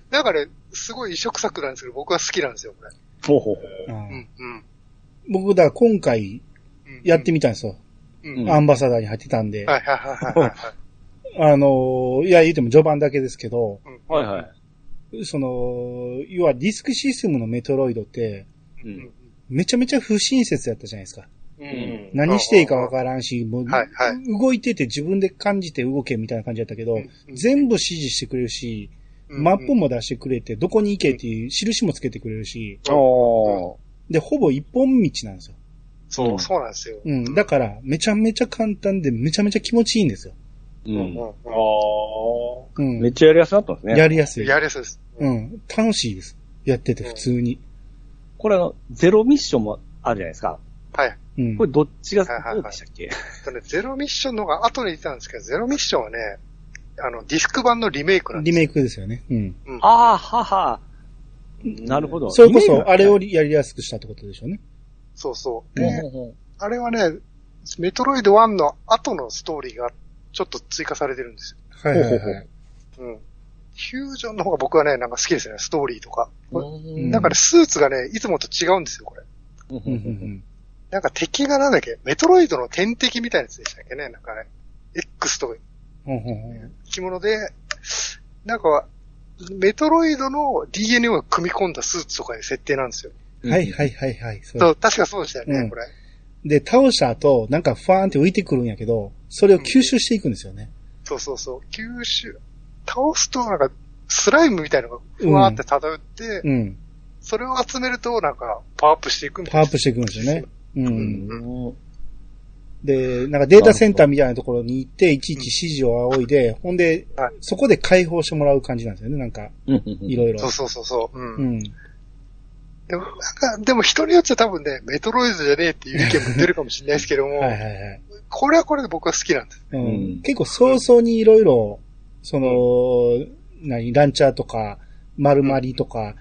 Speaker 2: なんかね、すごい異色作なんですけど、僕は好きなんですよ、これ。
Speaker 3: ほうほうほ
Speaker 1: うん
Speaker 2: うん、うん。
Speaker 1: 僕、だから今回
Speaker 2: うん
Speaker 1: やってみたんですよ。
Speaker 2: うん
Speaker 3: うん
Speaker 1: アンバサダーに入ってたんで。
Speaker 2: はいはいはいはいはい。
Speaker 1: あのーいや、言うても序盤だけですけど、
Speaker 2: うん
Speaker 3: う。はいはい。
Speaker 1: その、要はディスクシステムのメトロイドって、
Speaker 3: う
Speaker 2: うん
Speaker 3: ん。
Speaker 1: めちゃめちゃ不親切やったじゃないですか。
Speaker 4: うん。
Speaker 1: 何していいかわからんし、もう、
Speaker 2: はいはい
Speaker 1: 動いてて自分で感じて動けみたいな感じだったけど、
Speaker 2: うん
Speaker 1: 全部指示してくれるし、
Speaker 2: うん
Speaker 1: マップも出してくれて、どこに行けっていう印もつけてくれるし、
Speaker 3: おー。
Speaker 1: で、ほぼ一本道なんですよ。
Speaker 2: そうう、
Speaker 3: ん
Speaker 2: そうなんですよ。
Speaker 1: うん。だから、めちゃめちゃ簡単で、めちゃめちゃ気持ちいいんですよ。
Speaker 3: う
Speaker 2: うん
Speaker 3: ん。
Speaker 2: う
Speaker 4: あ
Speaker 2: んう
Speaker 4: あ。
Speaker 1: うん。
Speaker 3: めっちゃやりやすくなったんですね。
Speaker 1: やりやす
Speaker 2: ん。
Speaker 1: い。
Speaker 2: やれそうです。
Speaker 1: うん。楽しいです。やってて、普通に。
Speaker 3: これあの、ゼロミッションもあるじゃないですか。
Speaker 2: はい。
Speaker 1: うん。
Speaker 3: これどっちが、
Speaker 2: はいはいはい
Speaker 3: どうでしたっけ
Speaker 2: あとねゼロミッションのが後に出たんですけど、ゼロミッションはね、あの、ディスク版のリメイクなんで
Speaker 1: リ
Speaker 2: す
Speaker 1: メイ
Speaker 2: よ。
Speaker 1: クですよね。うん。
Speaker 2: うん
Speaker 3: ああ、はは。なるほど。
Speaker 1: それこ
Speaker 3: イメー
Speaker 1: そ、
Speaker 3: ジ
Speaker 1: あれをやりやすくしたってことでしょうね。
Speaker 2: そうそう。
Speaker 3: ほ
Speaker 2: で
Speaker 3: うほうほう
Speaker 2: あれはね、メトロイド1の後のストーリーがちょっと追加されてるんです
Speaker 1: はい
Speaker 3: はいはい
Speaker 2: よ。うん。フュージョンの方が僕はね、なんか好きですね、ストーリーとか。
Speaker 1: うん
Speaker 2: だからスーツがね、いつもと違うんですよ、これ。
Speaker 3: うんう
Speaker 1: うんんう
Speaker 3: うんうん
Speaker 1: ん
Speaker 2: なんか敵がなんだっけ、メトロイドの天敵みたいなやつでしたっけね、なんかね。X とか
Speaker 1: うんうんうん
Speaker 2: 生き物で、なんか、メトロイドの DNA を組み込んだスーツとかいう設定なんですよ。
Speaker 1: うんはいはいはいはい。そう
Speaker 2: そう、確かそうでしたよね、
Speaker 1: うん
Speaker 2: これ。
Speaker 1: で、倒した後、なんかファーンって浮いてくるんやけど、それを吸収していくんですよね。
Speaker 2: そうそうそう。吸収、倒すとなんか、スライムみたいなのがふわーって漂って、
Speaker 1: うん。
Speaker 2: それを集めると、なんか、パワーアップしていくみた
Speaker 1: パ
Speaker 2: い
Speaker 1: ワ
Speaker 2: な。
Speaker 1: ーアップしていくんですよね。う
Speaker 2: うん
Speaker 1: ん。
Speaker 3: うん
Speaker 1: で、なんかデータセンターみたいなところに行って、いちいち指示を仰いで、ほんで
Speaker 2: はい、
Speaker 1: そこで解放してもらう感じなんですよね、なんか、
Speaker 3: うんうんうん
Speaker 1: いろいろ
Speaker 2: そ。うそうそうそう。うん。
Speaker 1: うん。
Speaker 2: でも、なんか、でも人によっちゃ多分ね、メトロイドじゃねえっていう意見も出るかもしれないですけども、
Speaker 1: はいはいはい。
Speaker 2: これはこれで僕は好きなんです。
Speaker 1: う
Speaker 3: うん
Speaker 1: ん、結構早々にいろいろ、その、何、ランチャーとか、丸まりとか、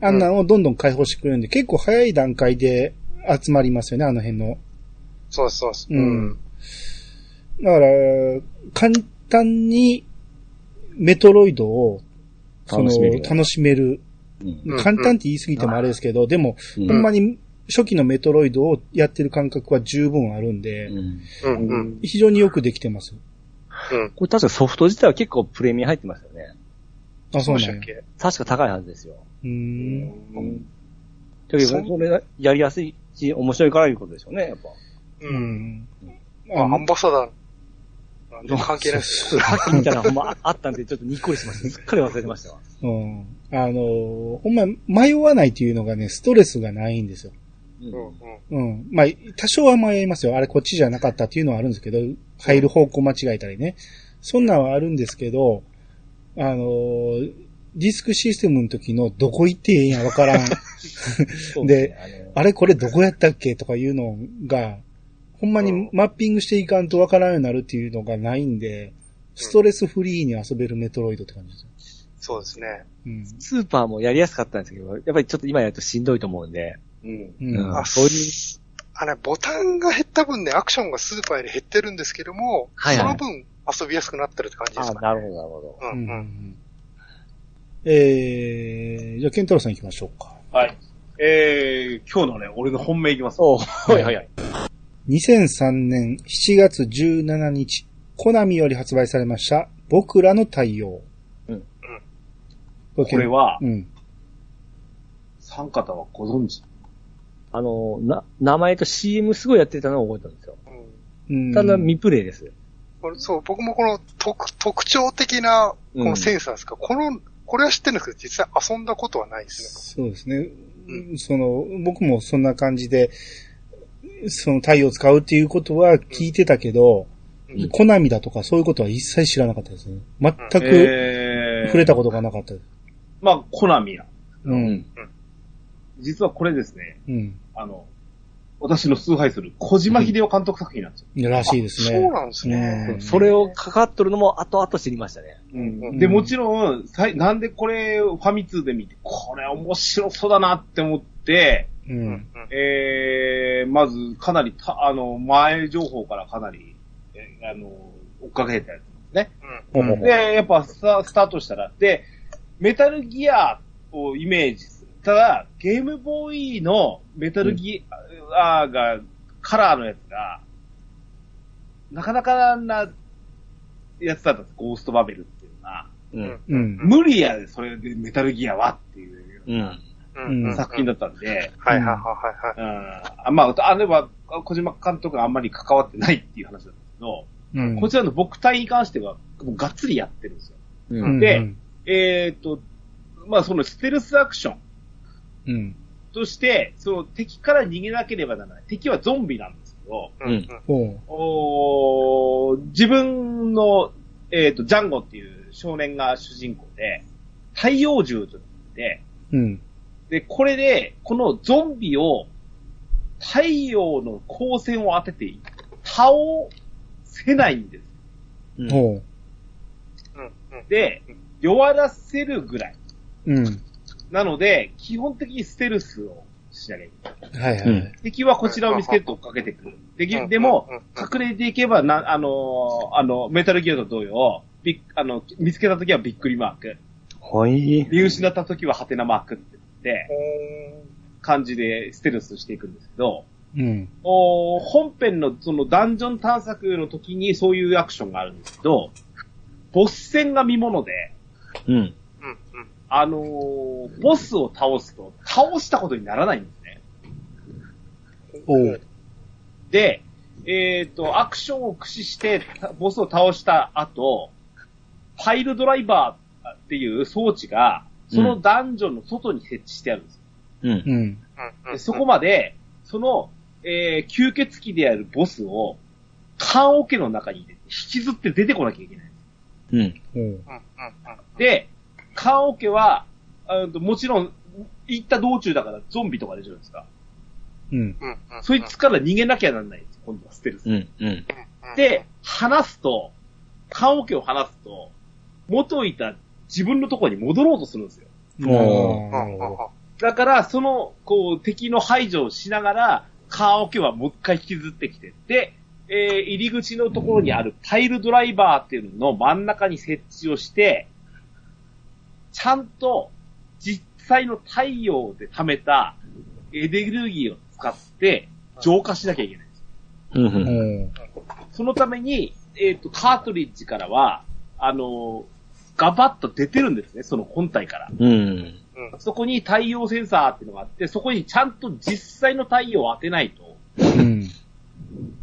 Speaker 1: あんなのをどんどん解放してくれるんで、結構早い段階で集まりますよね、あの辺の。
Speaker 2: そうそうそう。
Speaker 1: うん。だから、簡単に、メトロイドを、その
Speaker 3: 楽しめるよ、
Speaker 1: 楽しめる。
Speaker 3: うん
Speaker 2: うん
Speaker 1: 簡単って言い過ぎてもあれですけど、でも、
Speaker 3: うん
Speaker 1: ほんまに初期のメトロイドをやってる感覚は十分あるんで、
Speaker 3: うん
Speaker 2: うんうん。
Speaker 1: 非常によくできてます。
Speaker 3: これ確かソフト自体は結構プレミア入ってますよね。
Speaker 1: あ、そうう
Speaker 2: で
Speaker 1: な
Speaker 2: したっ
Speaker 1: んや。
Speaker 2: け
Speaker 3: 確か高いはずですよ。
Speaker 1: うーん。
Speaker 3: うん。だけ
Speaker 2: そ
Speaker 3: ど、
Speaker 2: う
Speaker 3: これがやりやすいし、面白いからいうことでしょうね、やっぱ。
Speaker 2: う。
Speaker 1: うんん。
Speaker 2: まあ、ア
Speaker 1: あ
Speaker 2: ンバサダーなんで関係ないです
Speaker 3: さっきみたいなほんまあったんで、ちょっとにっこりしました。すっかり忘れてましたわ。
Speaker 1: うん。あの、ほんま、迷わないっていうのがね、ストレスがないんですよ。
Speaker 3: う
Speaker 2: けど。うん
Speaker 3: ん
Speaker 2: うん。
Speaker 1: うん。まあ、多少は迷いますよ。あれこっちじゃなかったっていうのはあるんですけど、入る方向間違えたりね。そんなんはあるんですけど、あの、ディスクシステムの時のどこ行ってええんやわからん。
Speaker 3: そうすね、あ
Speaker 1: あれこれどこやったっけとかいうのが、ほんまにマッピングしていかんとわからんようになるっていうのがないんで、ストレスフリーに遊べるメトロイドって感じですよ。
Speaker 2: そうですね。
Speaker 1: うん。
Speaker 3: のスーパーもやりやすかったんですけど、やっぱりちょっと今やるとしんどいと思うんで。
Speaker 4: うん。
Speaker 1: うん。
Speaker 3: うん
Speaker 1: は
Speaker 2: あ、
Speaker 3: そういう
Speaker 2: あれ、ボタンが減った分ね、アクションがスーパーより減ってるんですけども、
Speaker 3: はいはい
Speaker 2: その分遊びやすくなってるって感じで
Speaker 3: あ
Speaker 2: す
Speaker 3: あ、
Speaker 2: かね。
Speaker 3: なるほど、なるほど。
Speaker 2: う
Speaker 1: うんんう
Speaker 2: うん。
Speaker 1: んえー、じゃあ、ケントロウさん行きましょうか。
Speaker 4: はい。えー、今日のね、俺の本命いきます。
Speaker 3: おう、はいはいはい。
Speaker 1: 2003年7月17日、コナミより発売されました、僕らの太陽。
Speaker 3: うんうん
Speaker 1: こ
Speaker 4: これ、は、
Speaker 1: うん。
Speaker 4: 三方はご存知。
Speaker 3: あの、な、名前と CM すごいやってたのを覚えたんですよ。
Speaker 1: うん
Speaker 3: ただ、未プレイです。
Speaker 2: これそう、僕もこの特特徴的なこのセンサーですか、この、これは知ってるんですけど、実際遊んだことはないですね。
Speaker 1: そうですね。
Speaker 2: う
Speaker 1: その、僕もそんな感じで、その太陽を使うっていうことは聞いてたけど、
Speaker 2: うん
Speaker 1: コナミだとかそういうことは一切知らなかったですね。全く
Speaker 4: えー、
Speaker 1: 触れたことがなかったです。
Speaker 4: まあ、コナミや。
Speaker 1: うん。
Speaker 4: 実はこれですね、
Speaker 1: うん。
Speaker 4: あの、私の崇拝する小島秀夫監督作品なんですよ。
Speaker 1: らしいですね。
Speaker 2: そうなんですね。
Speaker 1: うん
Speaker 3: それをかかっとるのも後々知りましたね。
Speaker 2: うん
Speaker 4: で、もちろん、さいなんでこれ、ファミ通で見て、これ面白そうだなって思って、
Speaker 1: う。
Speaker 2: うんんうん
Speaker 4: えー、まず、かなりた、あの、前情報からかなり、えーあの、追っかけてたやつですね。
Speaker 1: ほうほうほう
Speaker 4: で、やっぱスタスタートしたら、で、メタルギアをイメージする。ただ、ゲームボーイのメタルギアが、カラーのやつが、なかなかなやつだったんですゴーストバベルっていうのは。
Speaker 3: う
Speaker 2: うん。
Speaker 1: うん。
Speaker 4: 無理やで、それでメタルギアはっていう
Speaker 3: うん。
Speaker 2: うんうん
Speaker 4: 作品だったんで、
Speaker 2: はいはいはいはい。
Speaker 4: うん、あまあ、あれは小島監督があんまり関わってないっていう話なんですけど、
Speaker 1: うん
Speaker 4: こちらの僕隊に関しては、もうがっつりやってるんですよ。
Speaker 3: う。
Speaker 1: うんん
Speaker 4: でえっ、と、まあそのステルスアクション
Speaker 1: うん。
Speaker 4: として、その敵から逃げなければならない。敵はゾンビなんですけど、
Speaker 2: うんうん
Speaker 1: ほう。
Speaker 4: おー自分の、えっ、と、ジャンゴっていう少年が主人公で、太陽銃と言って、
Speaker 1: うん。
Speaker 4: で、これで、このゾンビを、太陽の光線を当てて、倒せないんです。
Speaker 1: ほう。
Speaker 2: うんうん
Speaker 4: で、弱らせるぐらい。
Speaker 1: うん。
Speaker 4: なので、基本的にステルスをしなきゃいけない。
Speaker 1: はいは
Speaker 3: う
Speaker 1: い
Speaker 3: ん。
Speaker 4: 敵はこちらを見つけると追っかけてくる。で
Speaker 2: う
Speaker 4: き、
Speaker 2: ん
Speaker 4: でも
Speaker 2: うんうん、
Speaker 4: 隠れていけば、な、あのー、あの、メタルギアと同様、びっあの、見つけた時はびっくりマーク。
Speaker 3: はい。
Speaker 4: 見失った時はハテナマークって言って、感じでステルスしていくんですけど、
Speaker 1: うん。
Speaker 4: お本編のそのダンジョン探索の時にそういうアクションがあるんですけど、ボス戦が見物で、
Speaker 3: うん。
Speaker 2: うんうん
Speaker 4: あのーボスを倒すと倒したことにならないんですね。
Speaker 1: おう。
Speaker 4: で、えっ、と、アクションを駆使してたボスを倒した後、ファイルドライバーっていう装置が、そのダンジョンの外に設置してあるんですよ。
Speaker 3: うん。
Speaker 1: うん。
Speaker 2: うんうん
Speaker 4: でそこまで、その、えー吸血鬼であるボスを缶オケの中にね、引きずって出てこなきゃいけない。
Speaker 3: うん。
Speaker 1: うん。
Speaker 2: うん、うん、うん。
Speaker 4: で、缶オケは、あのもちろん、行った道中だからゾンビとか出てるんですか。
Speaker 1: うん。
Speaker 2: うんうんうん
Speaker 4: そいつから逃げなきゃなんないんです。今度はステルス。
Speaker 3: うん。うん。
Speaker 4: で、、話すと、缶オケを話すと、元いた自分のところに戻ろうとするんですよ。
Speaker 1: も
Speaker 2: うんうんうん
Speaker 4: だから、その、こう、敵の排除をしながら、缶オケはもう一回引きずってきて、で、えー入り口のところにあるタイルドライバーっていうのの真ん中に設置をして、ちゃんと実際の太陽で貯めたエネルギーを使って浄化しなきゃいけない。
Speaker 3: うん。
Speaker 1: う
Speaker 3: うん。
Speaker 1: ん。
Speaker 4: そのために、えっ、と、カートリッジからは、あのーガバッと出てるんですね、その本体から。
Speaker 3: うん。
Speaker 2: うん
Speaker 4: そこに太陽センサーっていうのがあって、そこにちゃんと実際の太陽を当てないと
Speaker 1: うん。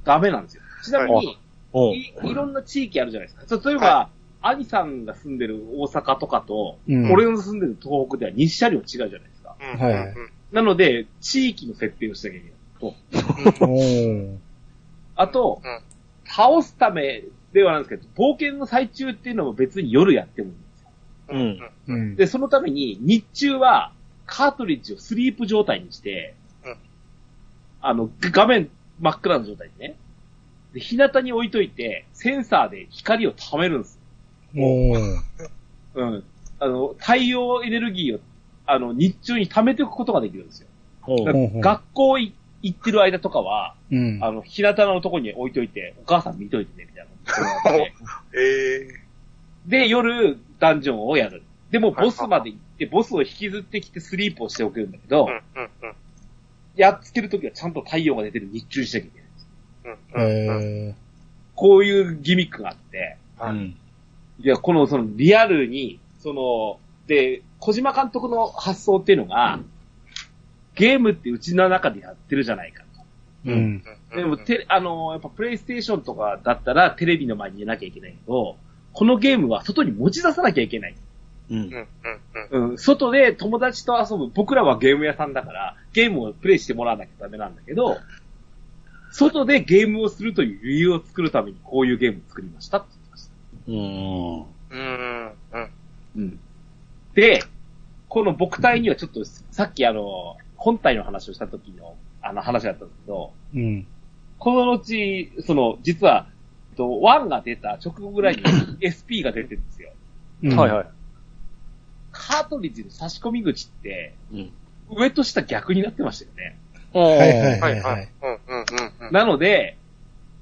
Speaker 4: ダメなんですよ。ちなみに、
Speaker 3: おう。
Speaker 4: いいろんな地域あるじゃないですか。例えば、兄さんが住んでる大阪とかと、
Speaker 1: うん
Speaker 4: 俺の住んでる東北では日車両違うじゃないですか。
Speaker 2: うん
Speaker 1: はい
Speaker 4: なので、地域の設定をしなきゃいけない。と
Speaker 1: おー
Speaker 4: あと、
Speaker 2: うん
Speaker 4: 倒すためではなんですけど、冒険の最中っていうのも別に夜やってもいいんですよ。
Speaker 3: うん。うん。
Speaker 1: う。ん。
Speaker 4: で、そのために日中はカートリッジをスリープ状態にして、
Speaker 2: うん
Speaker 4: あの、画面真っ暗の状態でね。で、日向に置いといて、センサーで光を貯めるんです。
Speaker 1: おー
Speaker 4: うん。あの、太陽エネルギーを、あの、日中に貯めておくことができるんですよ。
Speaker 3: お
Speaker 4: だか。
Speaker 3: う
Speaker 4: ら
Speaker 1: ほうほう
Speaker 4: 学校い行ってる間とかは、
Speaker 1: うん。
Speaker 4: あの、日向のとこに置いといて、お母さん見といてね、みたいなことがあって。
Speaker 2: え
Speaker 4: で、夜、ダンジョンをやる。でも、ボスまで行って、ボスを引きずってきてスリープをしておくんだけど、
Speaker 2: ーうんうんうん
Speaker 4: やっつけるときはちゃんと太陽が出てる日中にしなきゃいけない。
Speaker 2: うんうん
Speaker 1: え
Speaker 4: こういうギミックがあって、
Speaker 3: うん。
Speaker 4: いや、この、その、リアルに、その、で、小島監督の発想っていうのが、ゲームってうちの中でやってるじゃないか。
Speaker 1: ー。うん。
Speaker 2: うん
Speaker 4: でも、て、あの、やっぱプレイステーションとかだったらテレビの前にいなきゃいけないけど、このゲームは外に持ち出さなきゃいけない。
Speaker 3: うん
Speaker 2: うん。うんうん
Speaker 4: うん、外で友達と遊ぶ、僕らはゲーム屋さんだから、ゲームをプレイしてもらわなきゃダメなんだけど、外でゲームをするという理由を作るためにこういうゲームを作りましたって言ってました。
Speaker 3: うん。
Speaker 2: うんうん
Speaker 4: うん。で、この僕体にはちょっと、さっきあの、本体の話をした時の、あの話だったんですけど、
Speaker 1: うん。
Speaker 4: この後、その、実は、えっと1が出た直後ぐらいに SP が出てるんですよ。
Speaker 1: うん
Speaker 3: はいはい。
Speaker 4: カートリッジの差し込み口って、
Speaker 3: うん。
Speaker 4: 上と下逆になってましたよね。
Speaker 3: は
Speaker 1: はいはい
Speaker 2: は
Speaker 1: はいい
Speaker 2: は
Speaker 1: はいい。。
Speaker 2: うんうんうんうん。
Speaker 4: なので、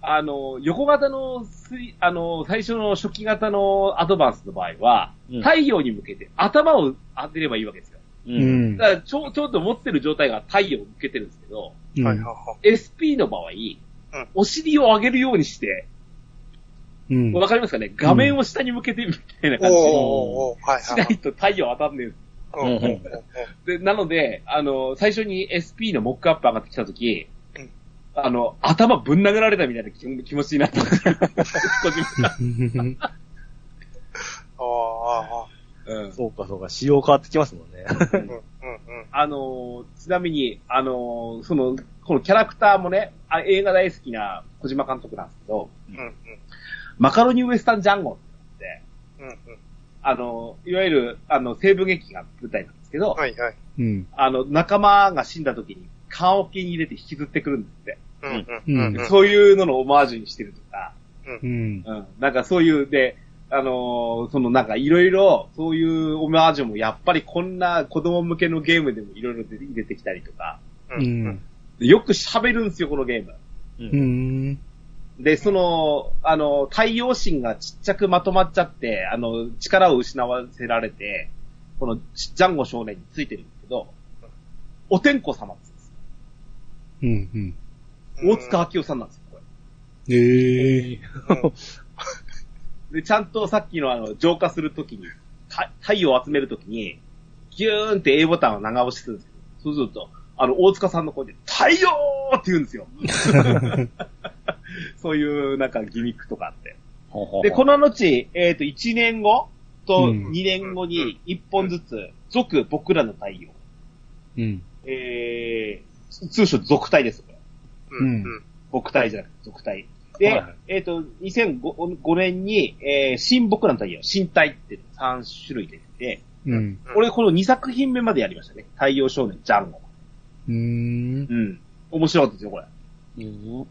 Speaker 4: あの、横型のスイ、あの、最初の初期型のアドバンスの場合は、
Speaker 3: うん
Speaker 4: 太陽に向けて頭を当てればいいわけですよ。
Speaker 3: う。
Speaker 1: うんん。
Speaker 4: だから、ちょ、ちょっと持ってる状態が太陽を向けてるんですけど、
Speaker 1: うん
Speaker 2: はいはいは。
Speaker 4: SP の場合、お尻を上げるようにして、
Speaker 1: うん。
Speaker 4: わかりますかね画面を下に向けてみたいない
Speaker 2: おー
Speaker 4: 感じに
Speaker 2: おーおーはい
Speaker 4: し
Speaker 2: は。
Speaker 4: ないいと太陽当たんねえんです
Speaker 2: うんうんう
Speaker 4: で、
Speaker 2: ん
Speaker 4: なので、あの、最初に SP のモックアップ上がってきたとき
Speaker 2: うん、
Speaker 4: あの、頭ぶん殴られたみたいな気気持ちになった。小島さん
Speaker 2: ああああ
Speaker 3: そうかそうか、仕様変わってきますもんね。
Speaker 2: うんうんうん
Speaker 4: あの、ちなみに、あの、その、このキャラクターもね、あ映画大好きな小島監督なんですけど、
Speaker 2: うんうん
Speaker 4: マカロニウエスタンジャンゴって、
Speaker 2: うんうん
Speaker 4: あの、いわゆる、あの、西部劇が舞台なんですけど、
Speaker 2: はいはい。
Speaker 1: うん。
Speaker 4: あの、仲間が死んだ時に、缶桶に入れて引きずってくるんですって。
Speaker 2: うんうんうん。
Speaker 4: そういうののオマージュにしてるとか、
Speaker 1: うん。
Speaker 4: うん。なんかそういう、で、あのーそのなんかいろいろ、そういうオマージュもやっぱりこんな子供向けのゲームでもいろいろ出て出てきたりとか、
Speaker 1: う
Speaker 2: うんうん
Speaker 1: ん。
Speaker 4: でよく喋るんですよ、このゲーム。
Speaker 1: うん。
Speaker 4: で、その、あの、太陽神がちっちゃくまとまっちゃって、あの、力を失わせられて、このジャンゴ少年についてるんですけど、お天子様って言うんです。
Speaker 1: うん。うん。
Speaker 4: 大塚明夫さんなんですよ、こ
Speaker 1: ええ。
Speaker 4: れ。で、ちゃんとさっきのあの、浄化するときに、た太陽を集めるときに、ギューンって A ボタンを長押しするんですけど、そうすると、あの、大塚さんの声で、太陽って言うん
Speaker 1: <laughs>
Speaker 4: ですよ。 <laughs> そういう、なんか、ギミックとかあって。
Speaker 3: <laughs>
Speaker 4: で、この後、えっ、と、1年後と
Speaker 1: うん
Speaker 4: 2年後に1本ずつ、続僕らの太陽。
Speaker 1: うん。
Speaker 4: えー、通称続体です。これ
Speaker 2: うんうん
Speaker 4: 僕体じゃなくて続体。で、
Speaker 3: はいはい
Speaker 4: えっ、と、2005年に、えー、新僕らの太陽、新体って3種類出てて、
Speaker 1: うん。
Speaker 2: うん
Speaker 4: 俺この2作品目までやりましたね。太陽少年、ジャンゴ。
Speaker 1: うーん。
Speaker 4: うん。面白かったですよ、これ。
Speaker 3: うん
Speaker 1: こ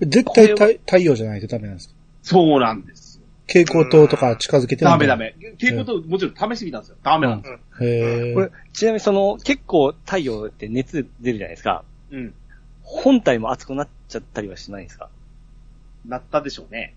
Speaker 1: れ絶対太太陽じゃないとダメなんですか
Speaker 4: そうなんですよ。
Speaker 1: 蛍光灯とか近づけて
Speaker 4: ダメダ
Speaker 1: だ。
Speaker 4: メ。っていうことをもちろん試してみたんですよ。ダメなんです
Speaker 1: へえ。
Speaker 3: これ、ちなみにその、結構太陽って熱出るじゃないですか。
Speaker 4: よ。うん。
Speaker 3: 本体も熱くなっちゃったりはしないんですか
Speaker 4: なったでしょうね。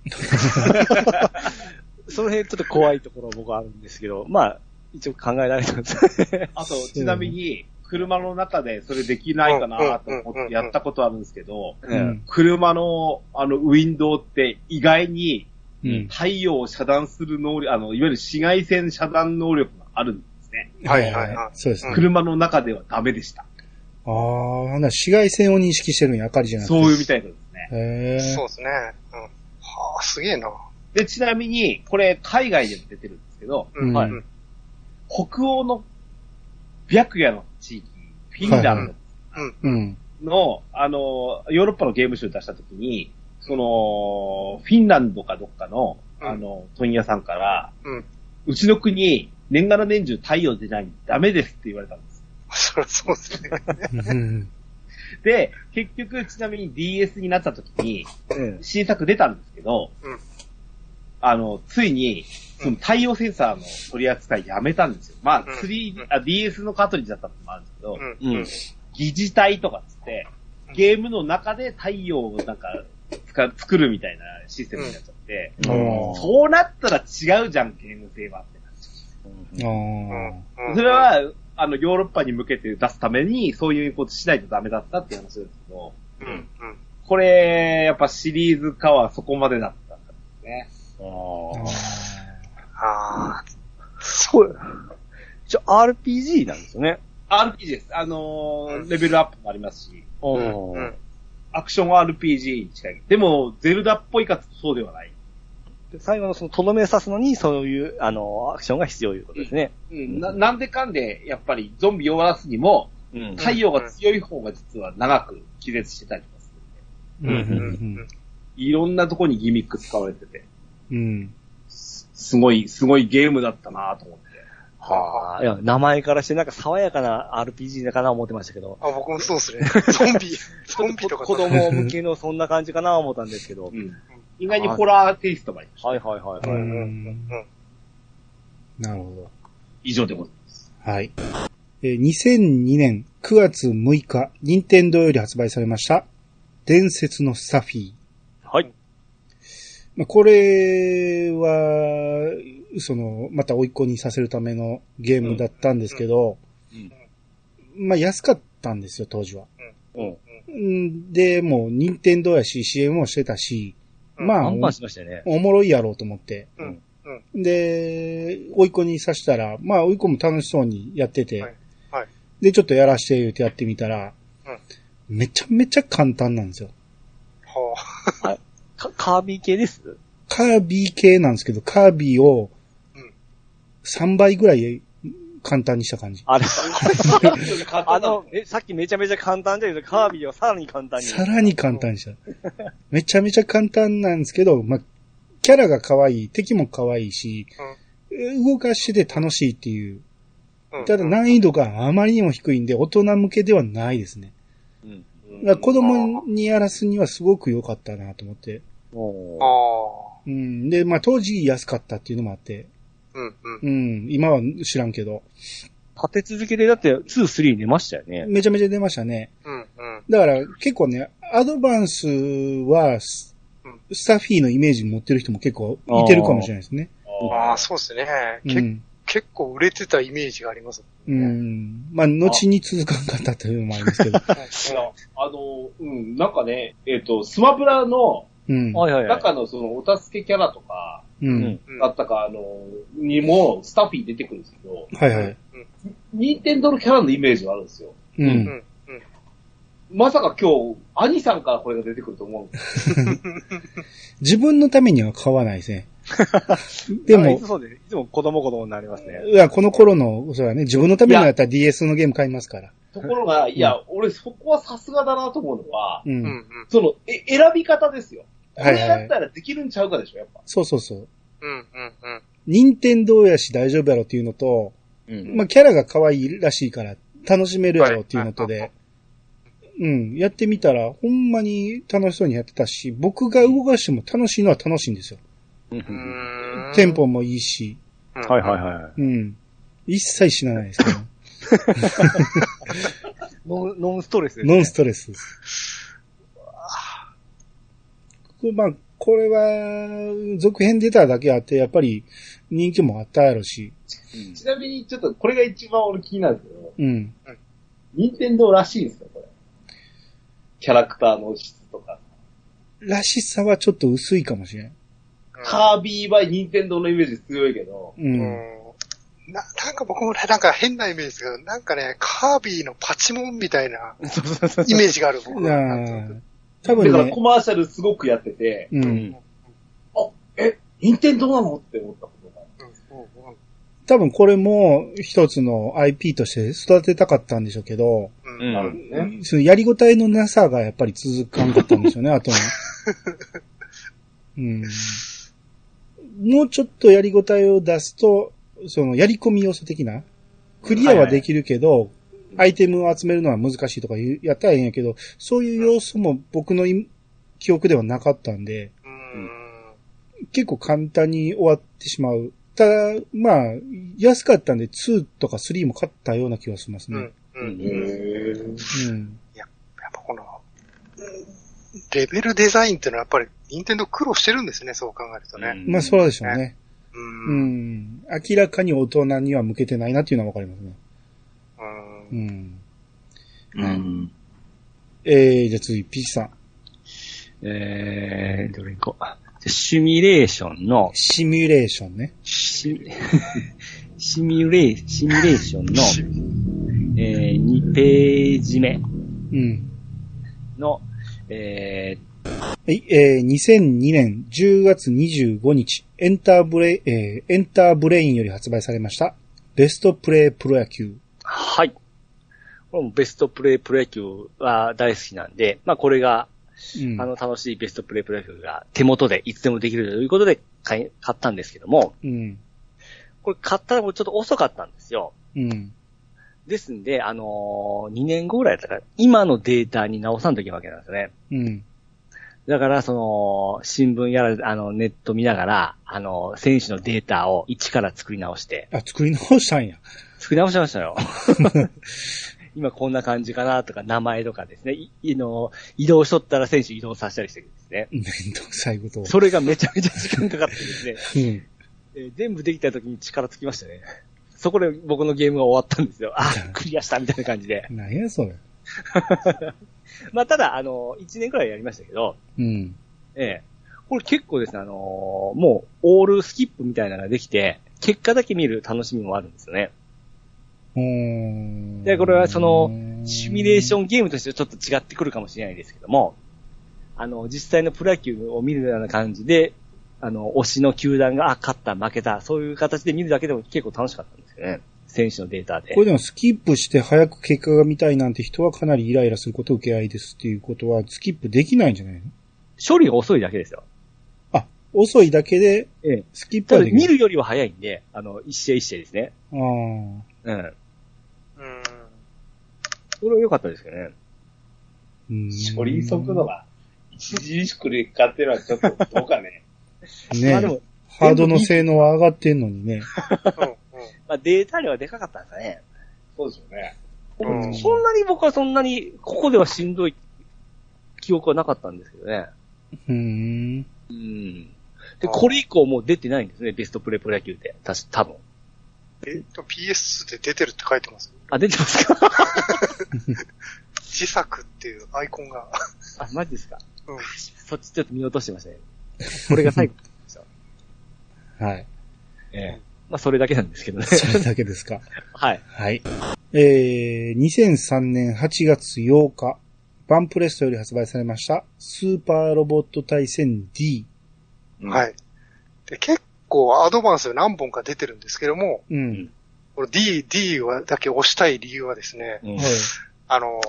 Speaker 3: その辺ちょっと怖いところ僕はあるんですけど、まあ、一応考えられたんです。
Speaker 4: あと、ちなみに、車の中でそれできないかなと思ってやったことあるんですけど、
Speaker 1: う
Speaker 3: うん
Speaker 1: ん。
Speaker 4: 車の、あの、ウィンドウって意外に
Speaker 1: うん。
Speaker 4: 太陽を遮断する能力、あの、いわゆる紫外線遮断能力があるんですね。
Speaker 2: はいはいはい
Speaker 1: そうですね。
Speaker 4: 車の中ではダメでした。
Speaker 1: ああ、なんだ紫外線を認識してるんや、明かりじゃなくて。
Speaker 4: そういうみたいなんですね。
Speaker 1: へえ。
Speaker 2: そうですね。うん。はあ、すげえな。
Speaker 4: で、ちなみに、これ海外でも出てるんですけど、
Speaker 2: うん。
Speaker 1: はい
Speaker 2: うん
Speaker 4: 北欧の白夜の地域、フィンラン
Speaker 1: <laughs> うん。
Speaker 4: ドの、あの、ヨーロッパのゲーム集出した時に、その、フィンランドかどっかの、
Speaker 2: うん
Speaker 4: あの、問屋さんから、
Speaker 2: うん。
Speaker 4: うちの国、年がら年中太陽出ないんでダメですって言われたんです。
Speaker 2: そりゃそうですね。
Speaker 1: うん。
Speaker 4: で、結局、ちなみに DS になった時に、
Speaker 3: うん。
Speaker 4: 新作出たんですけど、
Speaker 2: うん
Speaker 4: あの、ついに、その太陽センサーの取り扱いやめたんですよ。まあ、
Speaker 2: うん
Speaker 4: 3D
Speaker 2: うん
Speaker 4: あ DS のカートリッジだったってのもあるんですけど、
Speaker 2: うん。
Speaker 3: <laughs> うん
Speaker 4: 疑似体とかっつって、ゲームの中で太陽をなんか、つか作るみたいなシステムになっちゃって、
Speaker 1: あ
Speaker 3: うん
Speaker 4: そうなったら違うじゃん、ゲーム性はってなっちゃう
Speaker 1: あー。
Speaker 2: うん
Speaker 4: それ、は、あの、ヨーロッパに向けて出すために、そういうことしないとダメだったっていう話なんですけど、
Speaker 2: うん。うん。
Speaker 4: これ、やっぱシリーズ化はそこまでだったんですね。
Speaker 1: あー
Speaker 2: ああ、
Speaker 3: これ、ちょ、RPG なんですよね。
Speaker 4: RPG です。あのー
Speaker 2: うん
Speaker 4: レベルアップもありますし、
Speaker 3: お
Speaker 2: うん。うん。
Speaker 4: アクション RPG に近い。でも、ゼルダっぽいかつそうではない。
Speaker 3: 最後のその、とどめを刺すのに、そういう、あの、アクションが必要ということですね。
Speaker 4: うん、ななんでかんで、やっぱりゾンビ弱らすにも、
Speaker 3: うん
Speaker 4: 太陽が強い方が実は長く気絶してたりとかするんで。
Speaker 1: うん
Speaker 2: うん。うん。
Speaker 4: いろんなとこにギミック使われてて、
Speaker 1: うん。
Speaker 4: すすごい、すごいゲームだったなと思って。
Speaker 3: はあ、いや、名前からしてなんか爽やかな RPG だかな思ってましたけど。
Speaker 2: あ、僕もそうですね。ゾンビ、ゾンビとか
Speaker 3: 子供向けのそんな感じかな思ったんですけど。
Speaker 4: うん。意外にホラーテイストもありました。
Speaker 3: はいはいはい、
Speaker 1: う
Speaker 3: はい。
Speaker 1: ん。なるほど。
Speaker 4: 以上でございます。
Speaker 1: はい。えー2002年9月6日、任天堂より発売されました、伝説のサフィー。
Speaker 3: はい。
Speaker 1: まあ、これは、その、また追いっ子にさせるためのゲームだったんですけど、
Speaker 4: うん
Speaker 1: まあ安かったんですよ、当時は。
Speaker 3: うん。
Speaker 1: うんで、もう、任天堂やし、CM をしてたし、
Speaker 2: うん
Speaker 1: まあ
Speaker 3: バ、ンバンしましたよね。
Speaker 1: おおもろいやろうと思って。
Speaker 2: うん
Speaker 1: で、追いっ子にさしたら、まあ、追いっ子も楽しそうにやってて、
Speaker 2: はいはい
Speaker 1: で、ちょっとやらして言うてやってみたら、めちゃめちゃ簡単なんですよ。
Speaker 2: はあ、
Speaker 3: かカービィ系です
Speaker 1: カービィ系なんですけど、カービィを
Speaker 2: うん
Speaker 1: 3倍ぐらい簡単にした感じ。
Speaker 3: あれ、あ
Speaker 4: あ
Speaker 3: の、、え、さっきめちゃめちゃ簡単だけど、カービィをさらに簡単に。
Speaker 1: さらに簡単にした。めちゃめちゃ簡単なんですけど、まあ、キャラが可愛い、敵も可愛いし、動かして楽しいっていう。
Speaker 2: うん
Speaker 1: ただ難易度があまりにも低いんで、大人向けではないですね。
Speaker 3: うん。
Speaker 1: だから子供にやらすにはすごく良かったなと思って。
Speaker 2: あ
Speaker 3: おー
Speaker 2: あ、
Speaker 1: うん。で、まあ当時安かったっていうのもあって、
Speaker 2: うん、うん。
Speaker 1: うん。今は知らんけど、
Speaker 3: 立て続けで、だって、2、3出ましたよね。
Speaker 1: めちゃめちゃ出ましたね。
Speaker 2: うん、うん。
Speaker 1: だから結構ね、アドバンスはス、
Speaker 2: う
Speaker 1: スタッフィーのイメージ持ってる人も結構いてるかもしれないですね。
Speaker 2: ああ、そうですね。
Speaker 1: う
Speaker 2: け
Speaker 1: ん。
Speaker 2: 結構売れてたイメージがあります。
Speaker 1: う。ん。まあ、後に続かんかったというのもありますけ
Speaker 2: <laughs>
Speaker 1: ど。
Speaker 4: いや <laughs> あの、うん、なんかね、えっ、と、スマブラの
Speaker 1: うん。
Speaker 3: はいはいはい。
Speaker 4: 中のそのお助けキャラとか、
Speaker 1: う
Speaker 3: うんん。。
Speaker 4: だったか、あの、にもスタッフィー出てくるんですけど、
Speaker 1: はいはい。
Speaker 4: ニンテンドのキャラのイメージはあるんですよ。
Speaker 1: う。
Speaker 2: うんん、うん。
Speaker 4: まさか今日、兄さんからこれが出てくると思うんです
Speaker 1: 自分のためには買わない
Speaker 2: <laughs>
Speaker 1: ですね。で
Speaker 3: なん
Speaker 1: も
Speaker 3: かいつ、そうです。いつも子供子供になりますね。
Speaker 1: いや、この頃の、そうだね、自分のためにやったら DS のゲーム買いますから。
Speaker 4: よ。ところが、いや、俺そこはさすがだなと思うのは、
Speaker 1: う。
Speaker 2: うん、うんん。
Speaker 4: その、え、選び方ですよ。これやったらできるんちゃうかでしょ、やっぱ。
Speaker 1: そうそうそう。
Speaker 2: うん、うん、うん。
Speaker 1: 任天堂やし大丈夫やろっていうのと、
Speaker 5: うん。
Speaker 1: まあ、キャラが可愛いらしいから楽しめるやろっていうのとで、うん、やってみたら、ほんまに楽しそうにやってたし、僕が動かしても楽しいのは楽しいんですよ。
Speaker 5: うん
Speaker 2: うーん
Speaker 1: テンポもいいし、
Speaker 5: はいはいはい。
Speaker 1: うん。一切死なないですけど、
Speaker 3: ノンノンストレスですね。
Speaker 1: ノンストレスです。こまあ、これは、続編出ただけあって、やっぱり人気もあったやろし、
Speaker 4: ちなみに、ちょっとこれが一番俺気になるんですけど、
Speaker 1: うん。
Speaker 4: 任天堂らしいんですか、これ。キャラクターの質とか。
Speaker 1: らしさはちょっと薄いかもしれん。
Speaker 4: カービィは任天堂のイメージ強いけど、
Speaker 1: う。
Speaker 2: うんんな、なんか僕もね、なんか変なイメージですけど、なんかね、カービィのパチモンみたいなイメージがある、僕
Speaker 1: いや
Speaker 2: は。
Speaker 1: ー多
Speaker 4: だ
Speaker 1: 分
Speaker 4: から
Speaker 1: ね、
Speaker 4: コマーシャルすごくやってて、
Speaker 5: う
Speaker 1: う。
Speaker 5: んん。
Speaker 4: え、任天堂なのって思ったことがある。
Speaker 2: うんうん
Speaker 1: 多分これも一つの IP として育てたかったんでしょうけど、
Speaker 5: う
Speaker 2: うんうん
Speaker 5: ん。
Speaker 4: なるほどね。
Speaker 1: そのやりごたえのなさがやっぱり続かんかったんでしょう <laughs> ね、後に。うん。もうちょっとやりごたえを出すと、そのやり込み要素的な、クリアはできるけど、アイテムを集めるのは難しいとかいうやったらええんやけど、そういう要素も僕のい記憶ではなかったんで、
Speaker 2: うん
Speaker 1: 結構簡単に終わってしまう。ただ、まあ、安かったんで2とか3も買ったような気がします
Speaker 2: う
Speaker 1: ね
Speaker 2: ん。うん
Speaker 5: うん
Speaker 4: へー
Speaker 1: うん。
Speaker 2: やっぱこの、レベルデザインっていうのはやっぱり、任天堂苦労してるんですね、そう考えるとね。
Speaker 1: まあ、そうでしょうね。
Speaker 2: う。
Speaker 1: うんん。明らかに大人には向けてないなっていうのはわかりますね。
Speaker 2: うん
Speaker 1: うん。
Speaker 5: うん。
Speaker 1: えー、じゃあ次、ピーチさん。
Speaker 3: えー、どれ行こう。シミュレーションの、
Speaker 1: シミュレーションね。
Speaker 3: シ <laughs> シミュレー、シミュレーションの、
Speaker 1: <laughs>
Speaker 3: えー、2ページ目
Speaker 1: うん。
Speaker 3: の、え
Speaker 1: はい、えー、2002年10月25日、エンターブレイ、えー、エンターブレインより発売されました。ベストプレイプロ野球。
Speaker 3: ー、はい。これもベストプレイプロ野球は大好きなんで、まあこれが、
Speaker 1: うん。
Speaker 3: あの楽しいベストプレイプロ野球が手元でいつでもできるということで買い買ったんですけども、
Speaker 1: うん。
Speaker 3: これ買ったらもうちょっと遅かったんですよ。
Speaker 1: うん。
Speaker 3: ですんで、あの2年後ぐらいだったから、今のデータに直さんといけないわけなんですよね。
Speaker 1: うん。
Speaker 3: だから、その、新聞やら、あの、ネット見ながら、あの、選手のデータを一から作り直して、
Speaker 1: あ、作り直したんや。 <laughs>
Speaker 3: 作り直しましたよ。今こんな感じかなとか、名前とかですね。い、いの、移動しとったら選手移動させたりしてるんですね。
Speaker 1: めんどくさいことを。
Speaker 3: それがめちゃめちゃ時間かかってですね、
Speaker 1: うん。
Speaker 3: えー全部できた時に力つきましたね。 <laughs> そこで僕のゲームが終わったんですよ。あ、クリアしたみたいな感じで。
Speaker 1: 何やそれ。
Speaker 3: まあ、ただ、あの、1年くらいやりましたけど、
Speaker 1: うん。
Speaker 3: ええ。これ結構ですね、あのーもう、オールスキップみたいなのができて、結果だけ見る楽しみもあるんですよね。
Speaker 1: うーん
Speaker 3: でこれはその、シミュレーションゲームとしてちょっと違ってくるかもしれないですけども、あの、実際のプロ野球を見るような感じで、あの、推しの球団が、あ、勝った、負けた、そういう形で見るだけでも結構楽しかったんですよね。選手のデータで
Speaker 1: こ。れでもスキップして早く結果が見たいなんて人はかなりイライラすること受け合いですっていうことは、スキップできないんじゃないの
Speaker 3: 処理が遅いだけですよ。
Speaker 1: あ、遅いだけで
Speaker 3: ええ、
Speaker 1: スキップ
Speaker 3: た
Speaker 1: は
Speaker 3: だ
Speaker 1: できない。
Speaker 3: 見るよりは早いんで、あの、一試合一試合ですね。
Speaker 1: あー
Speaker 3: うん。
Speaker 2: うん
Speaker 3: それは良かったですけどね。
Speaker 1: うーん
Speaker 4: 処理速度が著しく劣化っていうのはちょっとどうかね。
Speaker 1: ね
Speaker 3: まあでも、
Speaker 1: ハードの性能は上がってんのにね。
Speaker 3: まあ、データ量はでかかったんですかね。
Speaker 4: そうですよね。
Speaker 2: うんうん
Speaker 3: そんなに僕はそんなに、ここではしんどい記憶はなかったんですけどね。
Speaker 1: うーん。
Speaker 3: うん。で、これ以降もう出てないんですね、ベストプレープロ野球って。たし、多分。
Speaker 2: えっと、PS で出てるって書いてます。
Speaker 3: あ、出てますか
Speaker 2: 自作っていうアイコンが。
Speaker 3: <laughs> あ、マジですか。
Speaker 2: うん
Speaker 3: そっちちょっと見落としてましたね。これが最後。
Speaker 1: はい。
Speaker 3: <laughs> ええ。まあ、それだけなんですけ <laughs> どね。
Speaker 1: それだけですか。
Speaker 3: はい。
Speaker 1: はい。えー、2003年8月8日、バンプレストより発売されました、スーパーロボット対戦 D。
Speaker 2: はい。で、結構アドバンス何本か出てるんですけども、
Speaker 1: うん。
Speaker 2: これ D、D はだけ押したい理由はですね、
Speaker 3: うん
Speaker 1: はい。
Speaker 2: あの、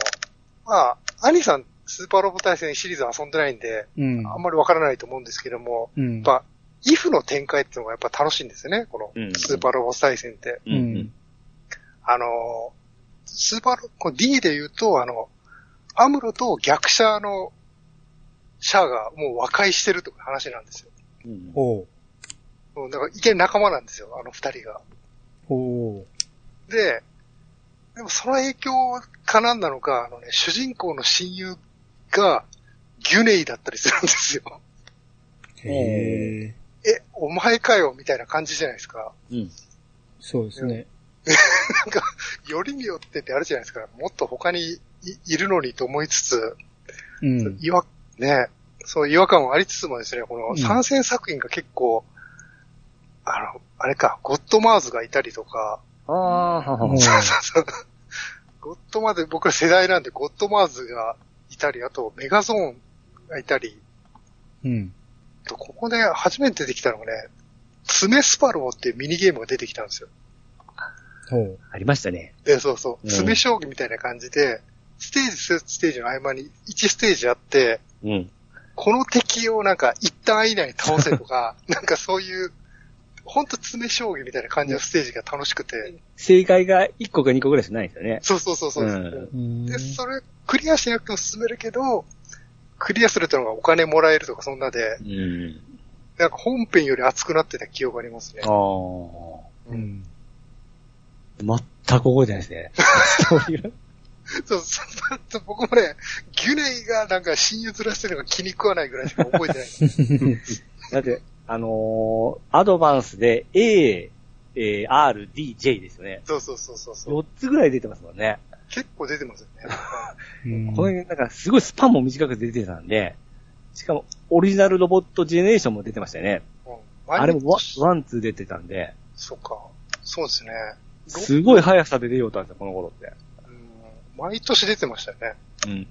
Speaker 2: まあ、兄さんスーパーロボ対戦シリーズ遊んでないんで、
Speaker 1: うん。
Speaker 2: あんまりわからないと思うんですけども、
Speaker 1: うん
Speaker 2: やっ。ぱ、イフの展開っていうのがやっぱ楽しいんですよね、この
Speaker 4: うん
Speaker 2: スーパーロボ対戦って。
Speaker 1: うん。うん。
Speaker 2: あのー、スーパーロこの D で言うと、あの、アムロと逆者のシャアがもう和解してるとか話なんですよ。
Speaker 4: うん
Speaker 1: おう。
Speaker 2: うんだから一見仲間なんですよ、あの二人が。
Speaker 1: おう。
Speaker 2: で、でもその影響かなんなのか、あのね、主人公の親友がギュネイだったりするんですよ。
Speaker 1: へえ。
Speaker 2: え、お前かよ、みたいな感じじゃないですか。
Speaker 1: そうですね。
Speaker 2: よりによってってあるじゃないですか。もっと他にいいるのにと思いつつ、
Speaker 1: うん。
Speaker 2: 違和、ね、そう違和感はありつつもですね、こ
Speaker 1: う
Speaker 2: の
Speaker 1: ん
Speaker 2: 参戦作品が結構、あの、あれか、ゴッドマーズがいたりとか、
Speaker 5: ああ、は
Speaker 1: おう
Speaker 5: は。
Speaker 2: ゴッドマーズ、僕ら世代なんでゴッドマーズがいたり、あとメガゾーンがいたり、
Speaker 1: うん。
Speaker 2: とここで初めて出てきたのがね、爪スパローっていうミニゲームが出てきたんですよ。
Speaker 1: ほう。
Speaker 3: ありましたね。
Speaker 2: え、そうそうう。
Speaker 3: ん
Speaker 2: 爪将棋みたいな感じで、ステージ、ステージの合間に1ステージあって、
Speaker 3: うん。
Speaker 2: この敵をなんか一旦以内に倒せ
Speaker 3: <laughs>
Speaker 2: とか、なんかそういう、ほんと詰将棋みたいな感じのステージが楽しくて、
Speaker 3: 正解が1個か2個ぐらいしかないですよね。
Speaker 2: そうそうそうそう、
Speaker 3: うん
Speaker 1: うん
Speaker 2: で、それ、クリアしなくても進めるけど、クリアするとのがお金もらえるとかそんなで、
Speaker 3: うん。
Speaker 2: なんか本編より熱くなってた記憶がありますね。
Speaker 3: ああ。
Speaker 1: うん。
Speaker 3: 全く覚えてないですね。 <laughs> そういう。
Speaker 2: そうそうそう僕もね、ギュネイがなんか親友ずらしてるのが気に食わないぐらいしか覚えて
Speaker 3: <laughs>
Speaker 2: ない。
Speaker 3: だって、あのーアドバンスで A、えー R、D、J ですよね。
Speaker 2: そうそうそうそうそう。
Speaker 3: 4つぐらい出てますもんね。
Speaker 2: 結構出てますよね。
Speaker 1: うん
Speaker 3: この辺、なんかすごいスパンも短く出てたんで、しかもオリジナルロボットジェネレーションも出てましたよね。
Speaker 2: うん、毎日
Speaker 3: あれもワワン、ツー出てたんで、
Speaker 2: そっか。そうですね。
Speaker 3: すごい速さで出ようとしたんですよ、この頃って。
Speaker 2: うん毎年出てましたよね。
Speaker 3: うん。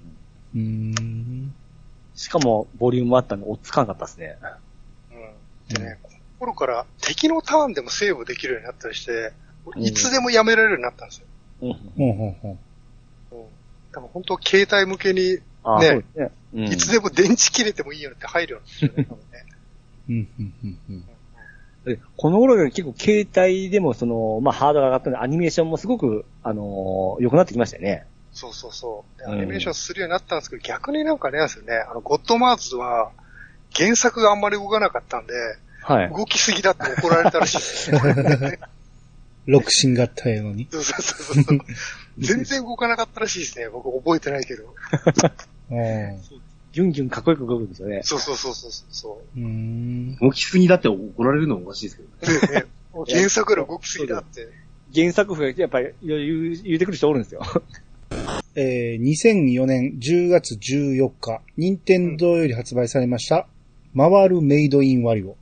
Speaker 1: うん。
Speaker 3: しかも、ボリュームあったんで、追っつかなかったですね。
Speaker 2: うん。でね、この頃から敵のターンでもセーブできるようになったりして、いつでもやめられるようになったんですよ。
Speaker 3: うん。
Speaker 1: ほうほうほう。
Speaker 2: うん。多分本当携帯向けに、
Speaker 3: ああ、
Speaker 2: ね
Speaker 3: そうですね。うん
Speaker 2: いつでも電池切れてもいいようにって入るよう
Speaker 3: <laughs>
Speaker 2: になったんですよね、
Speaker 1: うん、うん、うん、うん。
Speaker 3: でこの頃が結構携帯でもその、まあハードルが上がったんで、アニメーションもすごく、あのー良くなってきましたよね。
Speaker 2: そうそうそう。で
Speaker 3: うん
Speaker 2: アニメーションするようになったんですけど、逆になんかあれなんですよね、あの、ゴッドマーズは、原作があんまり動かなかったんで、
Speaker 3: は。
Speaker 2: 動きすぎだって怒られたらし
Speaker 3: <laughs>
Speaker 2: いですね。
Speaker 1: 六神合体やのに。
Speaker 2: そうそうそうそう。全然動かなかったらしいですね。僕覚えてないけど。
Speaker 1: ああ。
Speaker 3: ギュンギュンかっこよく動くんですよね。
Speaker 2: そうそうそうそうそう。
Speaker 1: うん。
Speaker 4: <laughs> 動きすぎだって怒られるのもおかしいですけどね。
Speaker 3: <laughs>
Speaker 2: ね原作より動きすぎだって。
Speaker 3: 原作風がやっぱりいろいろ言う言うてくる人おるんですよ。
Speaker 1: えー、2004年10月14日、任天堂より発売されました、回るメイドインワリオ。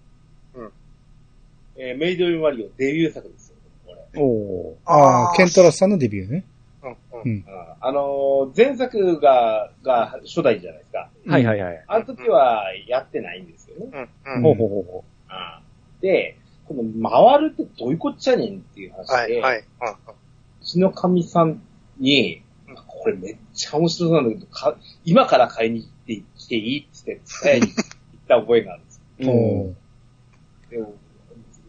Speaker 4: えーメイドインワリオデビュー作ですよ、これ。
Speaker 3: <laughs> おお。
Speaker 1: ああ、ケントラスさんのデビューね。
Speaker 2: うんうん
Speaker 1: うん。
Speaker 4: ああのー前作が、が初代じゃないですか。
Speaker 3: はいはいはい。
Speaker 4: あの時はやってないんですよね。
Speaker 2: うん
Speaker 1: ん
Speaker 2: うん
Speaker 3: ほうほうほうほ
Speaker 4: あーで、この回るってどういうこっちゃねんっていう話で、
Speaker 2: はい、はい。うんうん
Speaker 4: 血の神さんに、これめっちゃ面白そうなんだけど、か今から買いに行って来ていいってって、伝えに行った覚えがあるんです
Speaker 3: う。
Speaker 1: おー
Speaker 4: よ。でも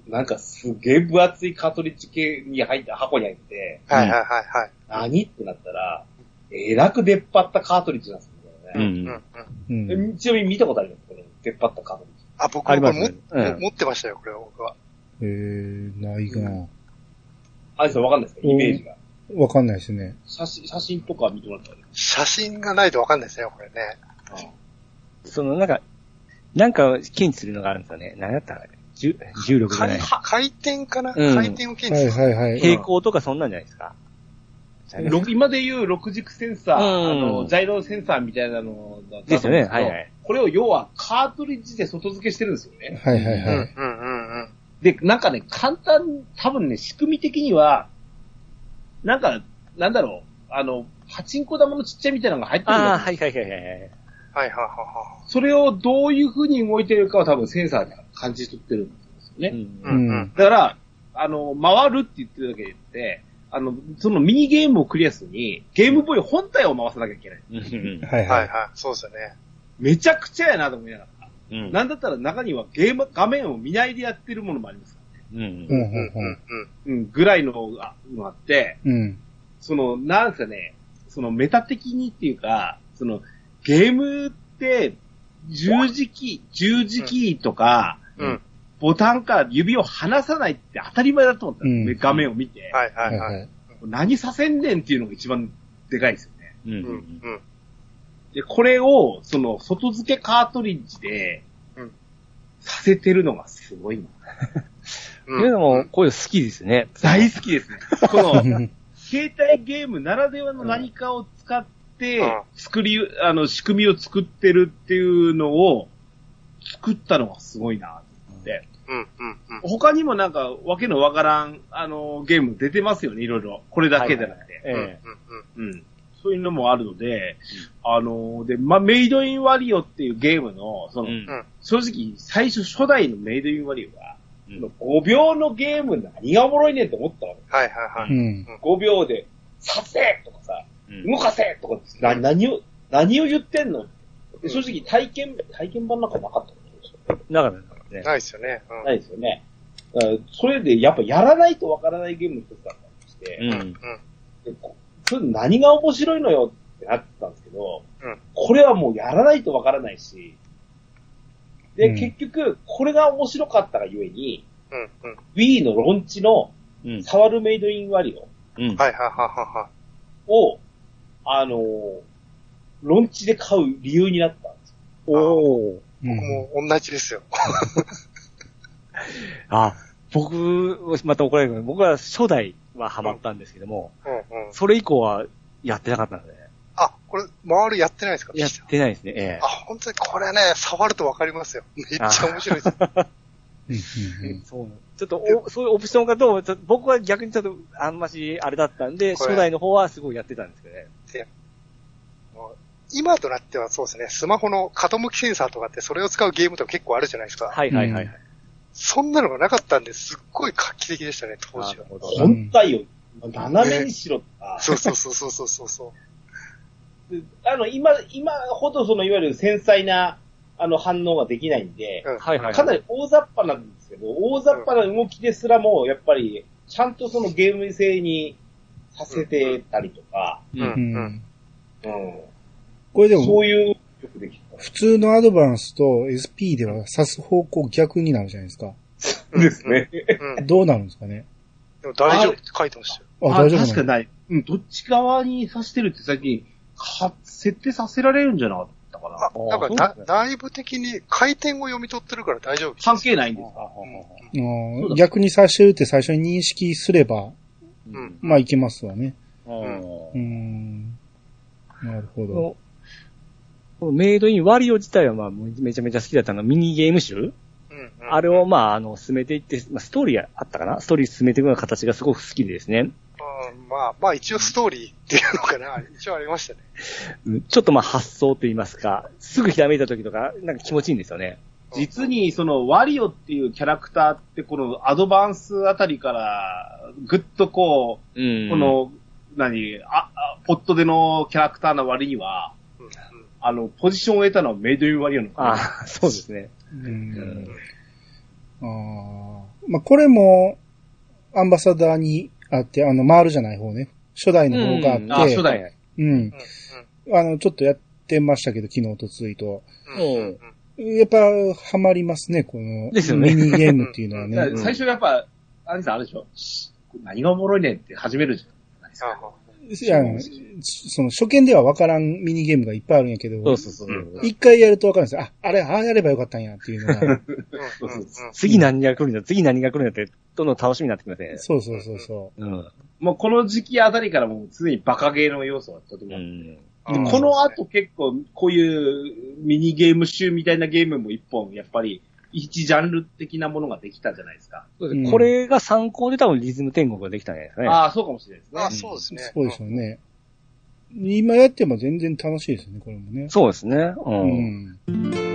Speaker 4: なんかすげえ分厚いカートリッジ系に入った箱に入って、
Speaker 2: はい、はい、はいはい。
Speaker 4: 何ってなったら、えらく出っ張ったカートリッジなんですよ
Speaker 5: う
Speaker 4: ね。
Speaker 2: うんんう。ん。
Speaker 1: うん。
Speaker 4: えちなみに見たことありますこの出っ張ったカートリッジ。
Speaker 2: あ、僕
Speaker 3: あり
Speaker 2: もこ
Speaker 3: ま
Speaker 2: れ
Speaker 3: す
Speaker 2: も
Speaker 3: ねうん
Speaker 2: 持ってましたよ、これは僕は。
Speaker 1: えー、ないな
Speaker 4: あれさんわかんないですかイメージが。
Speaker 1: わかんないですね。
Speaker 4: 写真、写真とか見てもらったらいい
Speaker 2: 写真がないとわかんないですね、これね。
Speaker 4: かな
Speaker 3: そのなんか、なんか検知するのがあるんですよね。何やったら、重重力じゃな
Speaker 2: 回
Speaker 3: い。
Speaker 2: 回転かな
Speaker 3: うん
Speaker 2: 回転を検
Speaker 1: は
Speaker 2: 知
Speaker 1: い
Speaker 2: する。
Speaker 1: はいはい。
Speaker 3: 平行とかそんなんじゃないですか。
Speaker 4: ろく今で言う六軸センサー、
Speaker 3: うん
Speaker 4: あの、ジャイロセンサーみたいなのだったん
Speaker 3: ですよね
Speaker 4: けど
Speaker 3: はいはい
Speaker 4: これを要はカートリッジで外付けしてるんですよね。
Speaker 1: はいはい
Speaker 2: うん、う
Speaker 1: はい。
Speaker 2: ん、うん、うん。
Speaker 4: で、なんかね、簡単、多分ね、仕組み的には、なんか、なんだろう、あの、パチンコ玉のちっちゃいみたいなのが入ってるん
Speaker 3: ああ、
Speaker 4: だけ
Speaker 3: はいはいはいはい。
Speaker 2: はい、はい、はい、は
Speaker 4: ど、それをどういう風に動いてるかは多分センサーで感じ取ってるんですよね。
Speaker 3: うん
Speaker 2: い。うん、う
Speaker 1: うん
Speaker 2: ん。
Speaker 4: だから、あの、回るって言ってるだけで、あの、そのミニゲームをクリアするに、ゲームボーイ本体を回さなきゃいけない。
Speaker 5: うん
Speaker 1: はい
Speaker 2: は
Speaker 1: はいい。
Speaker 2: はい。そうですよね。
Speaker 4: めちゃくちゃやなと思いながら。
Speaker 5: うん
Speaker 4: なんだったら中にはゲーム、画面を見ないでやってるものもありますか
Speaker 5: うん
Speaker 1: うん、う、
Speaker 2: うん、うんん、
Speaker 4: ら。うん、ぐらいのがのあって、
Speaker 1: うん。うん。
Speaker 4: その、なんですかね、そのメタ的にっていうか、その、ゲームって、十字キー、十字キーとか、
Speaker 2: うん。うん。
Speaker 4: ボタンから指を離さないって当たり前だと思ったんで
Speaker 1: う
Speaker 4: す、
Speaker 1: ん
Speaker 4: 画面を見て。
Speaker 2: はい、は、
Speaker 1: はいい
Speaker 2: は。
Speaker 1: はいい。
Speaker 4: 何させんねんっていうのが一番でかいですよね。
Speaker 5: うん
Speaker 2: うん、うん。
Speaker 4: で、これを、その、外付けカートリッジで
Speaker 2: うん、
Speaker 4: させてるのがすごいな。
Speaker 2: うん。
Speaker 3: いうのも、こういうの好きですね。
Speaker 4: 大好きです <laughs> ね。この、
Speaker 1: うん
Speaker 4: 携帯ゲームならではの何かを使って
Speaker 2: うん、
Speaker 4: 作り、あの、仕組みを作ってるっていうのを、作ったのがすごいな。
Speaker 2: うん、うん、うん。
Speaker 4: 他にもなんか、わけのわからん、あの、ゲーム出てますよね、いろいろ。これだけじゃなくて。
Speaker 2: うん、うん、
Speaker 3: え
Speaker 2: うん。
Speaker 4: うん。そういうのもあるので、あの、で、まあ、メイドインワリオっていうゲームの、その、
Speaker 5: うん
Speaker 4: 正直、最初初代のメイドインワリオは、
Speaker 5: うん
Speaker 4: その5秒のゲーム何がおもろいねんって思ったわけ。
Speaker 2: はい、はい、は
Speaker 1: う
Speaker 2: い。
Speaker 1: ん。
Speaker 4: 5秒で、させとかさ、動かせとか、な何を、何を言ってんので正直、体験、体験版なんかなかったことですよ
Speaker 3: えだからね。
Speaker 2: ないですよね。うん。
Speaker 4: ないですよね。だからそれで、やっぱやらないとわからないゲームの一つだったりして、
Speaker 5: うん
Speaker 2: うん。
Speaker 4: でこそれ何が面白いのよってなってたんですけど、
Speaker 2: うん
Speaker 4: これはもうやらないとわからないし、で、
Speaker 1: うん
Speaker 4: 結局、これが面白かったがゆえに、
Speaker 2: うん、うん。
Speaker 4: Wii のローンチの
Speaker 5: うん
Speaker 4: 触るメイドインワリ
Speaker 5: うん
Speaker 2: はい、はい、は
Speaker 4: オを、あのーローンチで買う理由になったんですよ。
Speaker 3: お
Speaker 1: う
Speaker 3: ー。
Speaker 2: い、はい。
Speaker 1: ん。
Speaker 2: もう、同じですよ。
Speaker 3: あ、僕、また怒られるけど、僕は初代はハマったんですけども、
Speaker 2: うん、うん。
Speaker 3: それ以降はやってなかったので、
Speaker 2: あ、これ、回るやってないですか
Speaker 3: やってないですね。ええ
Speaker 2: あ、本当にこれね、触るとわかりますよ。めっちゃ面白いです。
Speaker 1: うん。
Speaker 3: そうなのちょっとお、そういうオプションかと、ちょっと僕は逆にちょっと、あんまし、あれだったんで、
Speaker 2: これ
Speaker 3: 初代の方はすごいやってたんですけどね。
Speaker 2: 今となってはそうですね、スマホの傾きセンサーとかってそれを使うゲームとか結構あるじゃないですか。
Speaker 3: はいはいはいはい。
Speaker 2: そんなのがなかったんですっごい画期的でしたね、当
Speaker 3: な
Speaker 2: 時
Speaker 3: る
Speaker 2: は。
Speaker 3: ほど。
Speaker 1: ん
Speaker 4: 本体を斜めにしろとか、
Speaker 2: そうそうそうそうそうそうそう。
Speaker 4: であの、今、今ほどその、いわゆる繊細な、あの、反応ができないんで、
Speaker 2: うん
Speaker 3: はいはい
Speaker 4: かな
Speaker 3: はい。
Speaker 4: り大雑把なんですけど、大雑把な動きですらも、やっぱり、ちゃんとそのゲーム性にさせてたりとか、
Speaker 2: う。
Speaker 1: うん
Speaker 2: うん。
Speaker 1: ん。これでも
Speaker 4: そ、ういう、よくでき
Speaker 1: 普通のアドバンスと SP では指す方向逆になるじゃないですか。
Speaker 4: た。 <laughs> ですね。
Speaker 2: うん。
Speaker 1: どうなるんですかね。
Speaker 2: でも大丈夫って書いてましたよ。
Speaker 1: あ、大丈夫なの
Speaker 4: ない。うん、どっち側にさしてるって最近、か、設定させられるんじゃなかったか
Speaker 2: あ
Speaker 4: な。、
Speaker 2: なんか
Speaker 3: あそう
Speaker 2: な
Speaker 3: ですね
Speaker 2: 内部的に回転を読み取ってるから大丈夫。
Speaker 4: 関係ないんですか
Speaker 2: うん
Speaker 1: うん
Speaker 4: そうだ
Speaker 1: 逆に指してるって最初に認識すれば、
Speaker 2: うん。
Speaker 1: まあいけますわね。
Speaker 5: うん
Speaker 1: うーん。なるほ
Speaker 3: こ
Speaker 1: ど。
Speaker 3: のこのメイドインワリオ自体はまあめちゃめちゃ好きだったのがミニゲーム集
Speaker 2: うん。うん
Speaker 3: あれを、まああの進めていって、まあ、ストーリーあったかなストーリー進めていくような形がすごく好きでですね。
Speaker 2: うんまあ、まあ一応ストーリーっていうのかな。一応ありましたね。
Speaker 3: うんちょっとまあ発想と言いますか、すぐひらめいた時とか、なんか気持ちいいんですよね。
Speaker 4: 実に、その、ワリオっていうキャラクターって、このアドバンスあたりから、ぐっとこう、
Speaker 5: うん
Speaker 4: こ、の、何あ、あポットでのキャラクターの割には、
Speaker 2: うん。うん
Speaker 4: あの、ポジションを得たのはメイドインワリオの。
Speaker 3: ああ、そうですね。
Speaker 1: うん。あーまあこれも、アンバサダーにあって、あの、回るじゃない方ね。初代の方が
Speaker 5: うん
Speaker 1: あ
Speaker 4: あ、
Speaker 1: って、
Speaker 4: 初代。
Speaker 1: うん。
Speaker 2: う
Speaker 1: あの、ちょっとやってましたけど、昨日とついと。
Speaker 2: んうんうん
Speaker 1: やっぱ、ハマりますね、この、
Speaker 3: ですよ
Speaker 1: ミニ
Speaker 3: ね
Speaker 1: ゲームっていうのは
Speaker 4: <laughs>
Speaker 1: ね
Speaker 4: だか。ら最初やっぱ、アンジさんあるでしょしこれ何がおもろいねんって始めるじゃないですか。
Speaker 1: いやその、初見では分からんミニゲームがいっぱいあるんやけど、
Speaker 3: そうそうそう。
Speaker 2: うん
Speaker 1: 一回やると分かるんですよ。あ、あれ、ああやればよかったんやっていうのが。 <laughs>
Speaker 2: うんうんうん
Speaker 3: 次何が来るんだ、次何が来るんだって、どんどん楽しみになってきますね。
Speaker 1: そうそうそうそ
Speaker 3: うん。
Speaker 4: もうこの時期あたりからもう常にバカゲーの要素がとてもあって、
Speaker 1: うん
Speaker 4: この後結構こういうミニゲーム集みたいなゲームも一本、やっぱり一ジャンル的なものができたじゃないですか。
Speaker 1: う。うん
Speaker 3: こ、れが参考で多分リズム天国ができたんじゃないですかね。
Speaker 4: ああ、そうかもしれないですね。
Speaker 2: あ、そうですね。
Speaker 1: そうでしょうね。今やっても全然楽しいですね、これもね。
Speaker 3: そうですね。う。
Speaker 1: うんん。